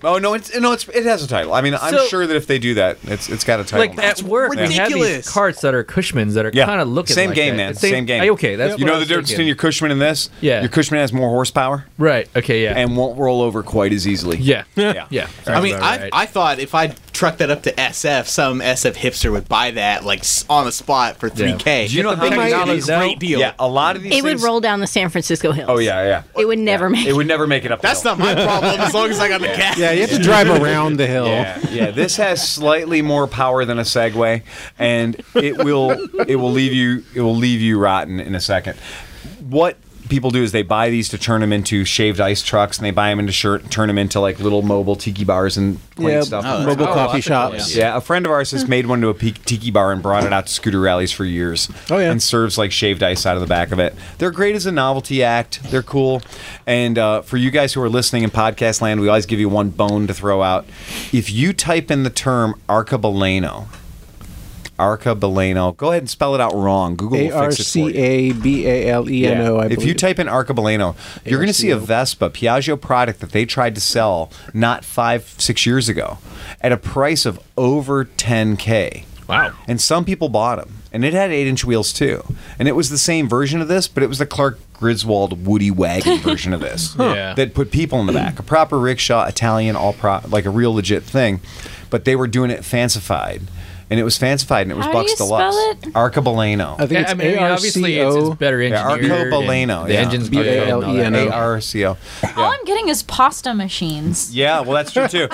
Oh no, it's no, it's it has a title. I mean, I'm So- sure that if they do that, it's it's got a title. like now. at work, we have ridiculous. these carts that are Cushmans that are Yeah. kind of looking same like game, that. man. Same, game. Hey, Okay, that's you what know I the was difference thinking. between your Cushman and this. Yeah. your Cushman has more horsepower right. Okay, yeah, and won't roll over quite as easily. yeah, Yeah. yeah. I mean, Sounds about I, right. I thought if I trucked that up to SF, some SF hipster would buy that like s- on the spot for three k. Do you know how many a dollars great deal? Yeah, a lot of these. It would things- roll down the San Francisco hills. Oh yeah, yeah. It would never make It would never make it up. the That's hill. not my problem as long as I got the cash. Yeah, you have to drive around the hill. Yeah, yeah. This has slightly more power than a Segway, and it will it will leave you it will leave you rotten in a second. What people do is they buy these to turn them into shaved ice trucks, and they buy them into shirt, turn them into like little mobile tiki bars and quaint Yeah, stuff. mobile coffee shops. Yeah, a friend of ours has made one to a peak tiki bar and brought it out to scooter rallies for years. Oh, yeah. and serves like shaved ice out of the back of it. They're great as a novelty act. They're cool. And uh, for you guys who are listening in podcast land, we always give you one bone to throw out. If you type in the term arcabaleno, arcabaleno, go ahead and spell it out wrong. Google A will R fix it for C you. A E B A L E N O. I If you believe. type in Arcabaleno, you're going to see a Vespa Piaggio product that they tried to sell not five, six years ago at a price of over 10K. Wow. And some people bought them. And it had eight inch wheels too. And it was the same version of this, but it was the Clark Griswold Woody [LAUGHS] Wagon version of this. Yeah. That put people in the back. A proper rickshaw, Italian, all pro, like a real legit thing. But they were doing it fancified. And it was fancified and it was How do bucks you deluxe. spell it? Arcabaleno. I think it's I mean, A R obviously, C it's, it's O. better engineered. and Arcobaleno, The yeah. engine's B A better. L E and all that. N O. A R C O. All I'm getting is pasta machines. Yeah, well, that's true too,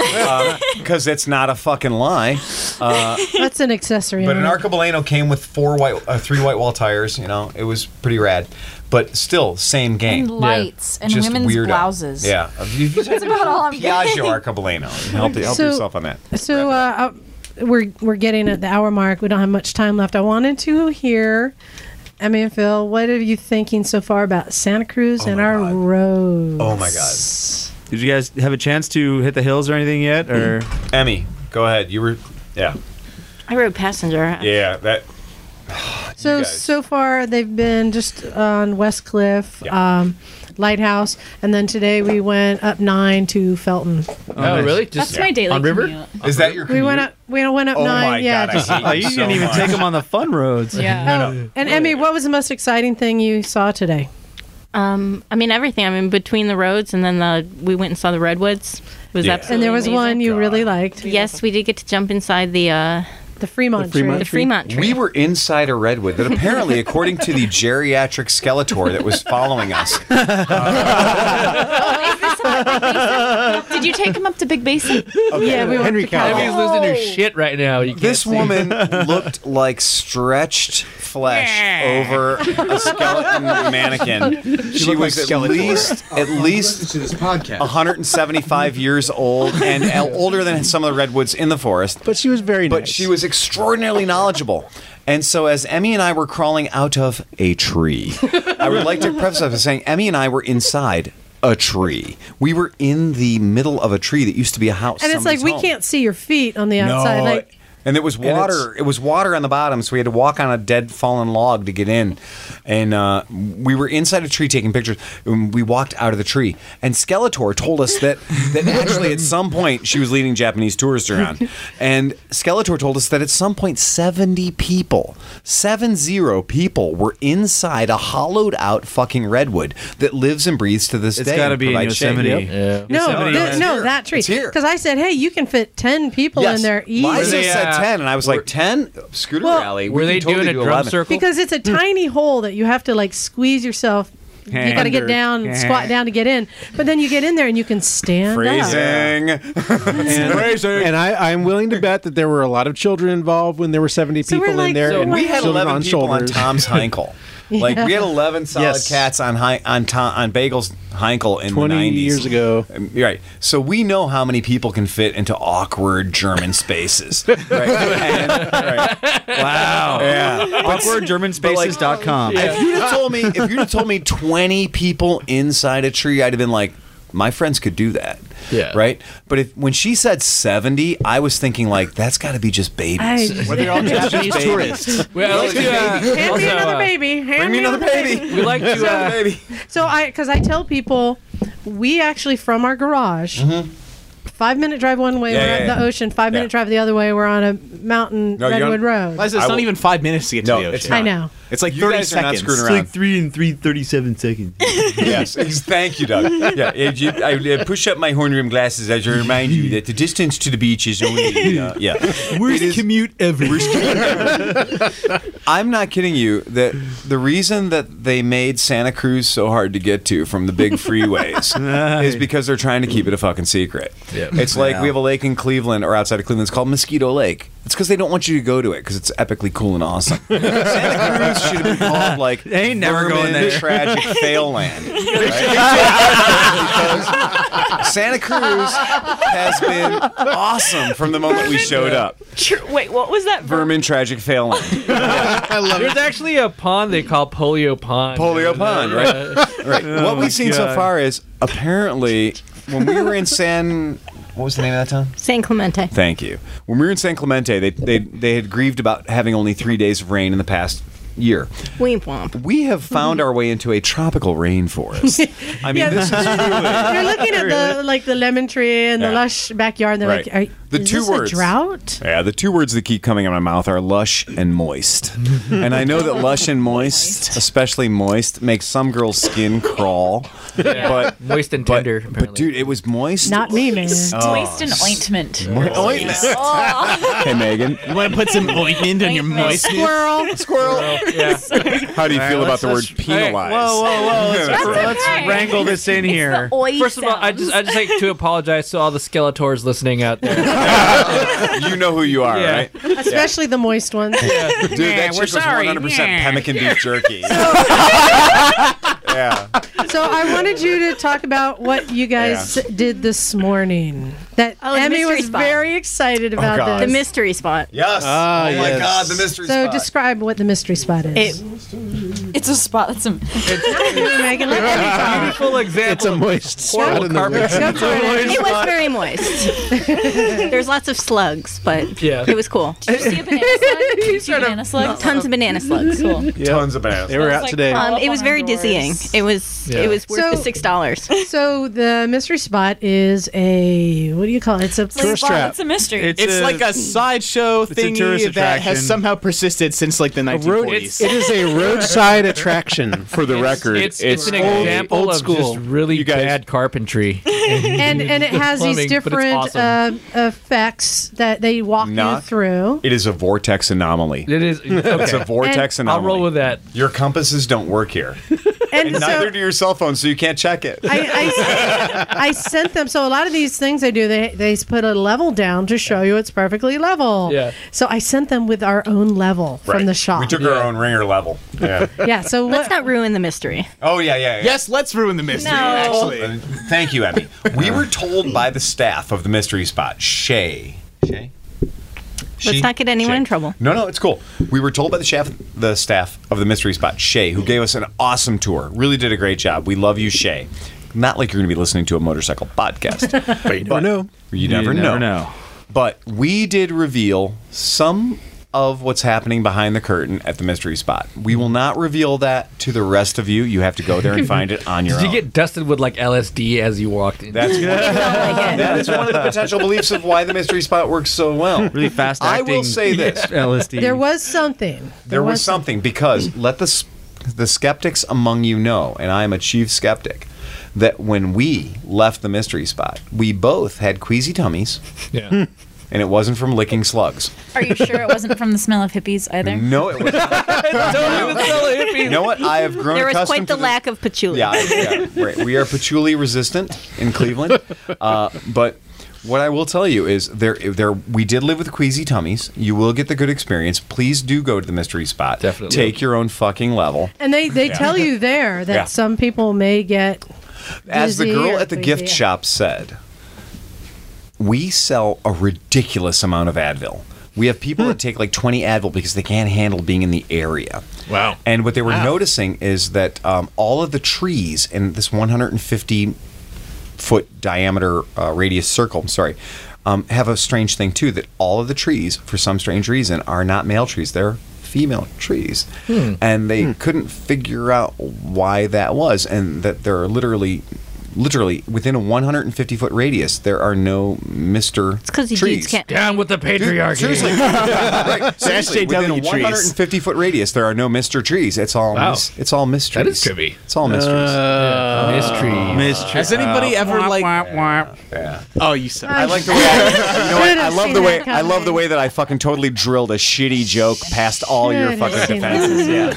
because it's not a fucking lie. That's an accessory. But an item. Arcabaleno came with four white, uh, three white wall tires. You know, it was pretty rad. But still, same game. And lights and Just women's weirdo. blouses. Yeah, that's about all I'm getting. Piaggio Arcabaleno. Help, help So- yourself on that. So uh, uh, we're we're getting at the hour mark. We don't have much time left. I wanted to hear, Emmy and Phil, what are you thinking so far about Santa Cruz Oh and my our God. roads? Oh my God. Did you guys have a chance to hit the hills or anything yet? Or Emmy, go ahead. You were, yeah, I rode passenger. yeah. That So guys. so far they've been just on West Cliff, Yeah. um, Lighthouse, and then today we went up nine to Felton. Oh, really? Just That's my daily on river. commute. is that your. We went up we went up Oh nine. my yeah. god! just- I hate oh, [LAUGHS] you so didn't even much. take him on the fun roads. [LAUGHS] Yeah. oh, and Emmy, what was the most exciting thing you saw today? Um, I mean everything. I mean between the roads and then the we went and saw the redwoods. It was Yeah. absolutely And there was amazing. one Oh you really liked, Yes, we did get to jump inside the uh, the Fremont, The Fremont the tree. tree? Fremont tree. We were inside a redwood that apparently, according to the geriatric Skeletor that was following us, [LAUGHS] Did you take him up to Big Basin? Yeah, we went Henry to Cal- Cavill. Everybody's losing their shit right now. You can't this see. woman looked like stretched flesh over a skeleton [LAUGHS] mannequin. She, was at least at least this podcast. 175 years old and el- older than some of the redwoods in the forest. But she was very nice. But she was extraordinarily knowledgeable. And so, as Emmy and I were crawling out of a tree, I would like to preface that by saying Emmy and I were inside a tree. We were in the middle of a tree that used to be a house. and it's like somebody's we home. can't see your feet on the outside. No, like And it was And water. It was water on the bottom, so we had to walk on a dead fallen log to get in. And uh, we were inside a tree taking pictures. And we walked out of the tree, and Skeletor told us that that actually at some point she was leading Japanese tourists around, and Skeletor told us that at some point seventy people, seven zero people, were inside a hollowed out fucking redwood that lives and breathes to this It's day. gotta and be in provides shade. Yosemite. Yep. No, th- no, that tree. Because I said, hey, you can fit 10 people Yes. in there easy. Liza said ten, and I was like ten. Scooter Well- rally. Were we they can totally doing a do drum 11. circle? Because it's a Hmm. tiny hole that you have to like squeeze yourself. you got to get Hand. down, and squat down to get in. But then you get in there and you can stand up. [LAUGHS] and, and I, I'm willing to bet that there were a lot of children involved when there were 70 we're people in like, there. so and we had children 11 on people on [LAUGHS] shoulders. Tom's Heinkel. Like we had eleven solid Yes. cats on hi- on Tom, on Bagel's Heinkel in 20 the 90s. years ago. Um, right? So we know how many people can fit into awkward German [LAUGHS] spaces. right? And- right. Wow. Yeah. Awkwardsgermanspaces.com. If you'd have told me, if you'd have told me twenty people inside a tree, I'd have been like, my friends could do that. Yeah. Right. But if when she said seventy, I was thinking like, that's got to be just babies. I- Whether [LAUGHS] all Japanese tourists. Well, let's do, uh, Hand me also, another uh, baby. Hand Bring me another baby. We like to. [LAUGHS] Uh, baby. So I, because I tell people, we actually from our garage, Mm-hmm. five minute drive one way, Yeah, we're yeah, at yeah. the ocean. Five minute Yeah. drive the other way, we're on a mountain No, you're redwood on- road. Liza, it's not even five minutes to get to the ocean. it's not. I know. It's like You 30 guys are not seconds. screwing It's like around. three and three thirty-seven seconds. [LAUGHS] yes. ex- Thank you, [LAUGHS] Doug. Yeah, if you- I uh, push up my horn rim glasses as I remind you that the distance to the beach is only. [LAUGHS] Uh, yeah. Worst commute ever. I'm not kidding you that the reason that they made Santa Cruz so hard to get to from the [LAUGHS] big freeways is because they're trying to keep it a fucking secret. Yeah. It's like Yeah. we have a lake in Cleveland or outside of Cleveland. It's called Mosquito Lake. It's because they don't want you to go to it because it's epically cool and [LAUGHS] awesome. Santa Cruz should have been called like They ain't never Vermin going there. Tragic Fail [LAUGHS] Land. [LAUGHS] because Santa Cruz has been awesome from the moment we showed up. Sure, Wait, what was that? Vermin Tragic Fail Land. There's actually a pond they call Polio Pond. Polio Pond, right? right. what we've seen so Oh God. far is apparently when we were in [LAUGHS] San. What was the name of that town? San Clemente. Thank you. When we were in San Clemente, they, they, they had grieved about having only three days of rain in the past year. Weep womp. We have Hmm. found our way into a tropical [LAUGHS] rainforest. I mean, Yeah. this is [LAUGHS] You're truly. looking at the like the lemon tree and the Yeah. lush backyard. They're Right. like, Are, The is two this words. a drought? Yeah, the two words that keep coming out of my mouth are lush and moist. and I know [LAUGHS] that lush and moist, especially moist, makes some girls' skin crawl. [LAUGHS] But, Moist and but, tender. but dude, it was moist. Not me, man. Moist and ointment. Oh, Oh, Ointment. hey, Megan. You want to put some ointment on your moist Squirrel. Squirrel. [LAUGHS] yeah. How do you feel about the word penalized? Whoa, whoa, [LAUGHS] whoa! Let's, That's let's okay. wrangle this in here. First of all, I just I just like to apologize to all the Skeletors listening out there. [LAUGHS] you know who you are, Yeah. right? Especially the moist ones. Dude, that shit was 100% pemmican beef [LAUGHS] jerky. [LAUGHS] yeah. So I wanted you to talk about what you guys Yeah. did this morning. That Oh, the Emmy mystery was spot. very excited about God. The this. mystery spot. Yes. Ah, oh my yes. God, the mystery so spot. describe what the mystery spot is. It, It's a spot. That's a. Megan, let Emmy talk. Beautiful example. It's a moist spot horrible in the carpet. woods. Go for it. it was very moist. [LAUGHS] There's lots of slugs, but Yeah. it was cool. See [LAUGHS] a banana slug? Did you see banana slugs? Tons of banana [LAUGHS] slugs. Cool. Tons of ass. They were Smells out like today. pop. Um, it was very Behind dizzying. doors. It was Yeah. it was worth the So- six dollars. So the mystery spot is a what do you call it? It's a It's a Tourist spot. trap. It's a mystery. It's It's a- like a sideshow a thingy tourist that attraction. has somehow persisted since like the Road, 1940s. it's, it is a roadside attraction. For the record, It's, it's, an example old of school. just really You guys- bad carpentry. [LAUGHS] and and it has these Plumbing, but it's different awesome. uh, effects that they walk you Not- through. it is a vortex anomaly. [LAUGHS] It is. It's a Okay. vortex I'll anomaly. roll with that. Your compasses don't work here. And, And [LAUGHS] so neither do your cell phones, so you can't check it. I, I, I sent them. So a lot of these things I do, they they put a level down to show you it's perfectly level. Yeah. So I sent them with our own level from the shop. We took Yeah. our own ringer level. [LAUGHS] Yeah. yeah. So Let's what? not ruin the mystery. oh, yeah, yeah, yeah. yes, let's ruin the mystery. No. Actually, Uh, Thank you, Emmy. We were told by the staff of the mystery spot, Shay. Shay. Let's not get anyone Shay. in trouble. No, no, it's cool. We were told by the chef, the staff of the mystery spot, Shay, who gave us an awesome tour. Really did a great job. We love you, Shay. [LAUGHS] Not like you're going to be listening to a motorcycle podcast. But no. You never know. know. But we did reveal some of what's happening behind the curtain at the mystery spot. We will not reveal that to the rest of you. You have to go there and find it on your Did own. you get dusted with like LSD as you walked [LAUGHS] in? That's that is one of the potential beliefs of why the mystery spot works so well. Really fast I will acting say this. LSD. There was something. there was something because let the s- the skeptics among you know, and I am a chief skeptic, that when we left the mystery spot, we both had queasy tummies, [LAUGHS] Yeah. and it wasn't from licking slugs. Are you sure it wasn't from the smell of hippies either? No, it was. [LAUGHS] you know what? I have grown There was accustomed quite the to lack of patchouli. Yeah, I- yeah, right. We are patchouli resistant in [LAUGHS] Cleveland, uh, but what I will tell you is there, there. We did live with queasy tummies. You will get the good experience. Please do go to the mystery spot. Definitely. take your own fucking level. And they, they Yeah. tell you there that Yeah. some people may get. As the dizzy girl or at the queasy, gift yeah. shop said, we sell a ridiculous amount of Advil. We have people Hmm. that take like 20 Advil because they can't handle being in the area. Wow. And what they were noticing is that um, all of the trees in this 150 foot diameter uh, radius circle, I'm sorry, um, have a strange thing too that all of the trees, for some strange reason, are not male trees. They're female trees. And Hmm. they couldn't figure out why that was, and that there are literally. Literally within a 150 foot radius, there are no Mister. It's because you dudes can't. Down with the patriarchy. Seriously, right, seriously within a SJW trees. 150 foot radius, there are no Mister trees. It's all Wow. mis- it's all mysteries. That is Uh, trippy. It's all mysteries. Oh, Mystery. mystery. Has anybody ever like? Oh, you said. I like the way I, you know what? Should've I love seen the that way I love the coming. way that I fucking totally drilled a shitty joke past all your Should've fucking seen that defenses. Yeah,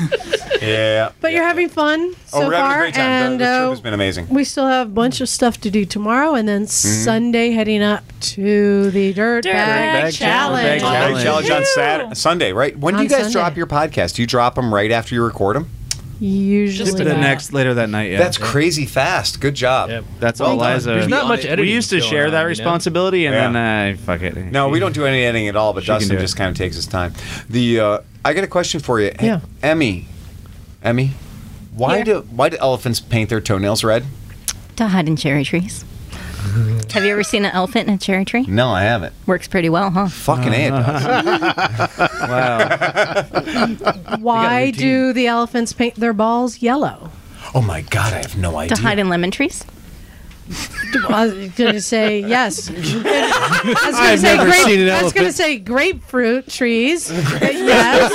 [LAUGHS] yeah. But you're having fun so oh, we're far, having a great time. The, and the trip uh, has been amazing. we still have a bunch of stuff to do tomorrow, and then Mm-hmm. Sunday heading up to the Dirt, Dirt Bag, Bag Challenge. Challenge. Bag Big challenge on Saturday, Sunday, right? When do On you guys Sunday. drop your podcast? Do you drop them right after you record them? Usually the not. next later that night? Yeah, That's crazy fast. Good job. Yep. that's Well all done. Liza. There's not much editing. we used to going share on, that you know? responsibility, Yeah. and then uh, fuck it. No, we don't do any editing at all. But She can Dustin do it. just kind of takes his time. The uh, I got a question for you, Yeah. Emmy. Emmy, why Here. do why do elephants paint their toenails red? To hide in cherry trees. Have you ever seen an elephant in a cherry tree? No, I haven't. Works pretty well, huh? Fucking A, it does. Uh-huh. Why do the elephants paint their balls yellow? Oh my god, I have no idea. To hide in lemon trees. I was gonna Uh, say [LAUGHS] yes. I was gonna say never grape- seen an I was gonna elephant. say grapefruit [LAUGHS] trees. yes.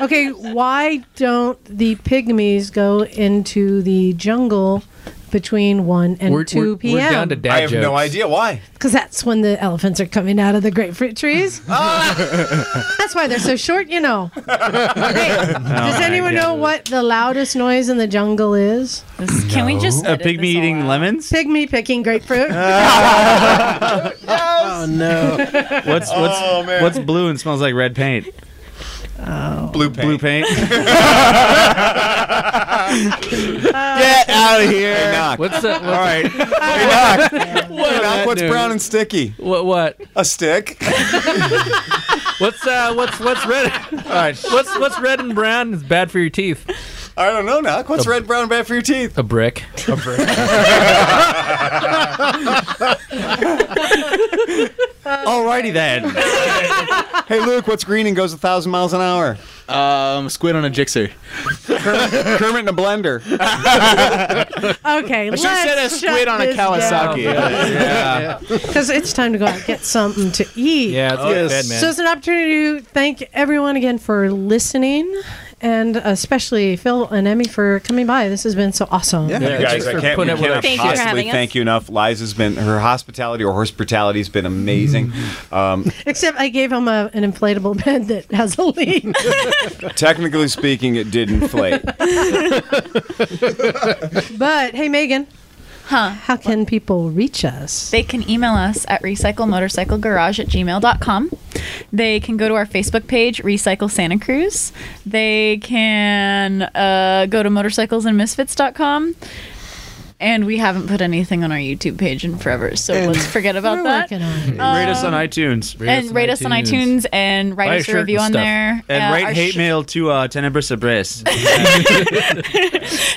okay, why don't the pygmies go into the jungle between one and We're, we're, two we're down to p.m. dad I have jokes. no idea why. Because that's when the elephants are coming out of the grapefruit trees. that's why they're so short, you know. [LAUGHS] Hey, does anyone know what the loudest noise in the jungle is? This- Can we just A edit pygmy this all eating out? lemons? Pygmy picking [LAUGHS] grapefruit. Oh no! What's what's Oh, what's blue and smells like red paint? Blue paint. Blue paint. Get out of here. Hey, knock. What's the, All what, [LAUGHS] right. Hey, knock. Hey, knock. What's brown and sticky? what what A stick. what's uh what's what's red? All right, what's what's red and brown? It's bad for your teeth. I don't know, knock. What's red, brown, and bad for your teeth? A brick. Alrighty then. [LAUGHS] Hey, Luke. What's green and goes a thousand miles an hour? Um, squid on a jixer. Kermit in a blender. Okay, I should have said a let's squid on a Kawasaki. because it's time to go out and get something to eat. Yeah, it's good bed, man. So it's an opportunity to thank everyone again for listening, and especially Phil and Emmy for coming by. This has been so awesome. Yeah, you guys, I for can't, we putting up cannot with us. Thank you for possibly having us. thank you enough. Liza's been her hospitality or hospitality has been amazing. Um, Except I gave him a, an inflatable [LAUGHS] bed that has a leak. technically speaking, it did [LAUGHS] inflate. but hey, Megan, Huh. how can people reach us? They can email us at recyclemotorcyclegarage at gmail.com. They can go to our Facebook page, Recycle Santa Cruz. They can uh, go to motorcyclesandmisfits.com. and we haven't put anything on our YouTube page in forever. So let's forget about that. Rate us Um, on iTunes. and rate us on iTunes and write Buy us shirt a review on stuff. there. And Uh, our write hate sh- mail to uh, Tenebris [LAUGHS] Abris. and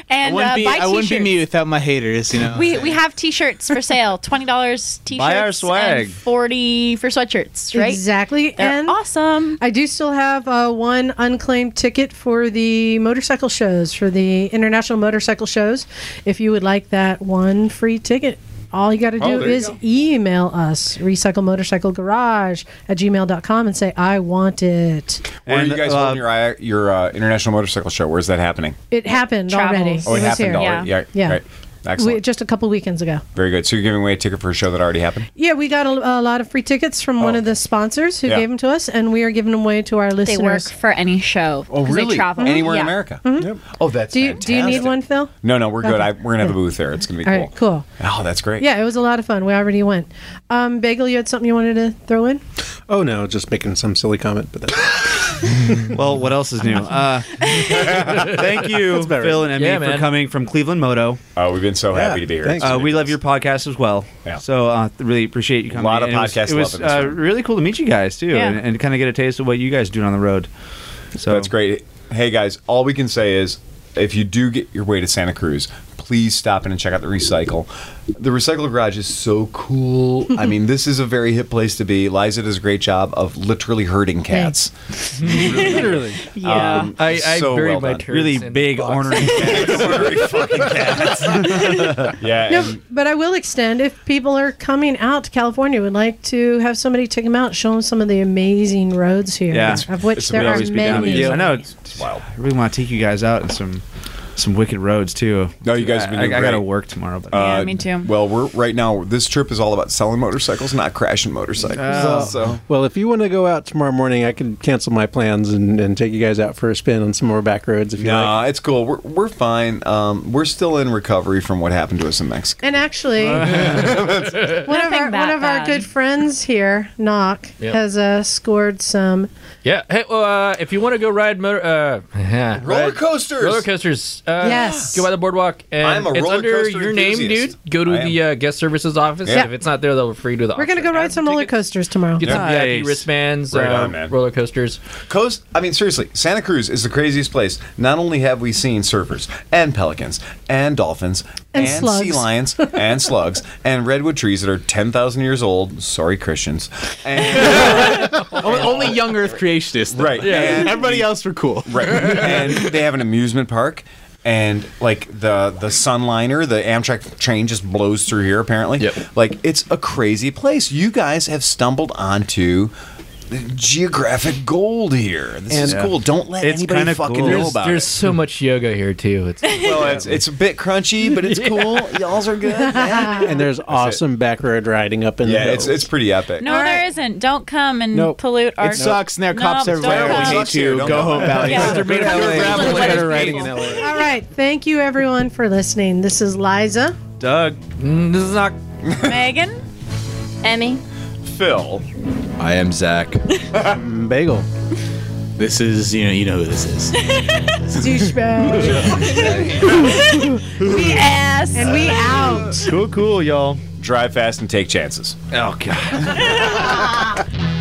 I wouldn't, uh, be, buy I wouldn't be t-shirts. me without my haters, you know. We, we have t-shirts for sale, twenty dollars t-shirts, Buy our swag. and forty for sweatshirts, right? Exactly. They're and awesome. I do still have uh, one unclaimed ticket for the motorcycle shows, for the international motorcycle shows. If you would like that one free ticket, all you got to Oh, do there you is go. email us, recyclemotorcyclegarage at gmail.com, and say, I want it. Where And, are you guys uh, holding your I- your uh, international motorcycle show? Where's that happening? It happened already. Oh, it, was happened here. already. Yeah. Yeah. Right. Excellent. We, just a couple weekends ago. Very good. So you're giving away a ticket for a show that already happened. Yeah, we got a, a lot of free tickets from one of the sponsors who Oh, Yeah. gave them to us, and we are giving them away to our They listeners. work for any show. 'cause They travel. Oh, Anywhere Yeah. in America. Oh, that's Mm-hmm. Do you, do you need fantastic. one, Phil? No, no, we're good. Okay. I, we're gonna have a booth there. It's gonna be cool. All right, cool. Oh, that's great. Yeah, it was a lot of fun. We already went. Um, Bagel, you had something you wanted to throw in? Oh no, just making some silly comment, but that's well, what else [LAUGHS] is new? Uh, Thank you, That's better. Phil and Emmy, Yeah, for man. coming from Cleveland Moto. Oh, we've been so Yeah, happy to be here. thanks. Uh, we love your podcast as well. So uh, really appreciate you coming. Lot of And it was- podcast It was, love in this uh, really cool to meet you guys too, Yeah. and, and kind of get a taste of what you guys do on the road. So that's great. Hey guys, all we can say is if you do get your way to Santa Cruz, please stop in and check out the recycle. The recycle garage is so cool. [LAUGHS] I mean, this is a very hip place to be. Liza does a great job of literally herding cats. Literally, Yeah. Um, I, I so buried well my done. turds really big ornery [LAUGHS] [LAUGHS] yeah. No, but I will extend if people are coming out to California, would like to have somebody take them out, show them some of the amazing roads here, of which there are many. I know. It's, wow. I really want to take you guys out and some some wicked roads too. No, you guys have been I, doing I, great. got to work tomorrow. But Uh, Well, we're right now. This trip is all about selling motorcycles, not crashing motorcycles. Oh. So Well, if you want to go out tomorrow morning, I can cancel my plans and, and take you guys out for a spin on some more back roads if you like. nah, it's cool. We're we're fine. Um, we're still in recovery from what happened to us in Mexico. [LAUGHS] And actually, one of our one of our good friends here, Knock, Yep. has uh, scored some. Yeah. Hey, well, uh, if you want to go ride motor, uh, yeah, Roller ride- coasters! roller coasters. Uh, Yes. Go by the boardwalk. And I'm a it's roller under coaster your name, enthusiast. dude. Go to I the uh, guest services office. Yeah. If it's not there, they'll refer you to the. We're gonna office. go ride some roller coasters tomorrow. Get some VIP wristbands. Right uh, on, man. Roller coasters. Coast. I mean, seriously, Santa Cruz is the craziest place. Not only have we seen surfers and pelicans and dolphins And sea slugs. lions and slugs and redwood trees that are ten thousand years old. Sorry, Christians. [LAUGHS] only, only young Earth creationists. though. Right. Yeah. And- Everybody else were cool. [LAUGHS] Right. and they have an amusement park. And like the the Sunliner, the Amtrak train just blows through here. Apparently, like it's a crazy place. You guys have stumbled onto geographic gold here. This is And- cool. Don't let anybody fucking know There's, about there's it. so much yoga here too. It's [LAUGHS] well, it's it's a bit crunchy, but it's cool. Y'all's are good. [LAUGHS] and there's awesome back road riding up in the Yeah, it's it's pretty epic. No, there isn't. Don't come and Nope. pollute our. sucks, and there are No, cops don't everywhere. come. We hate Sucks here, you. don't Go come. home, Valley. Yeah. They're made Don't out of come. LA. Don't Better come. writing in All right, thank you everyone for listening. This is Liza. Doug, this is not Megan, Emmy. Phil. I am [LAUGHS] Zach. Bagel. This is you know you know who this is. Douchebag. [LAUGHS] we ass. And we out. Cool, cool, y'all. Drive fast and take chances. Oh god.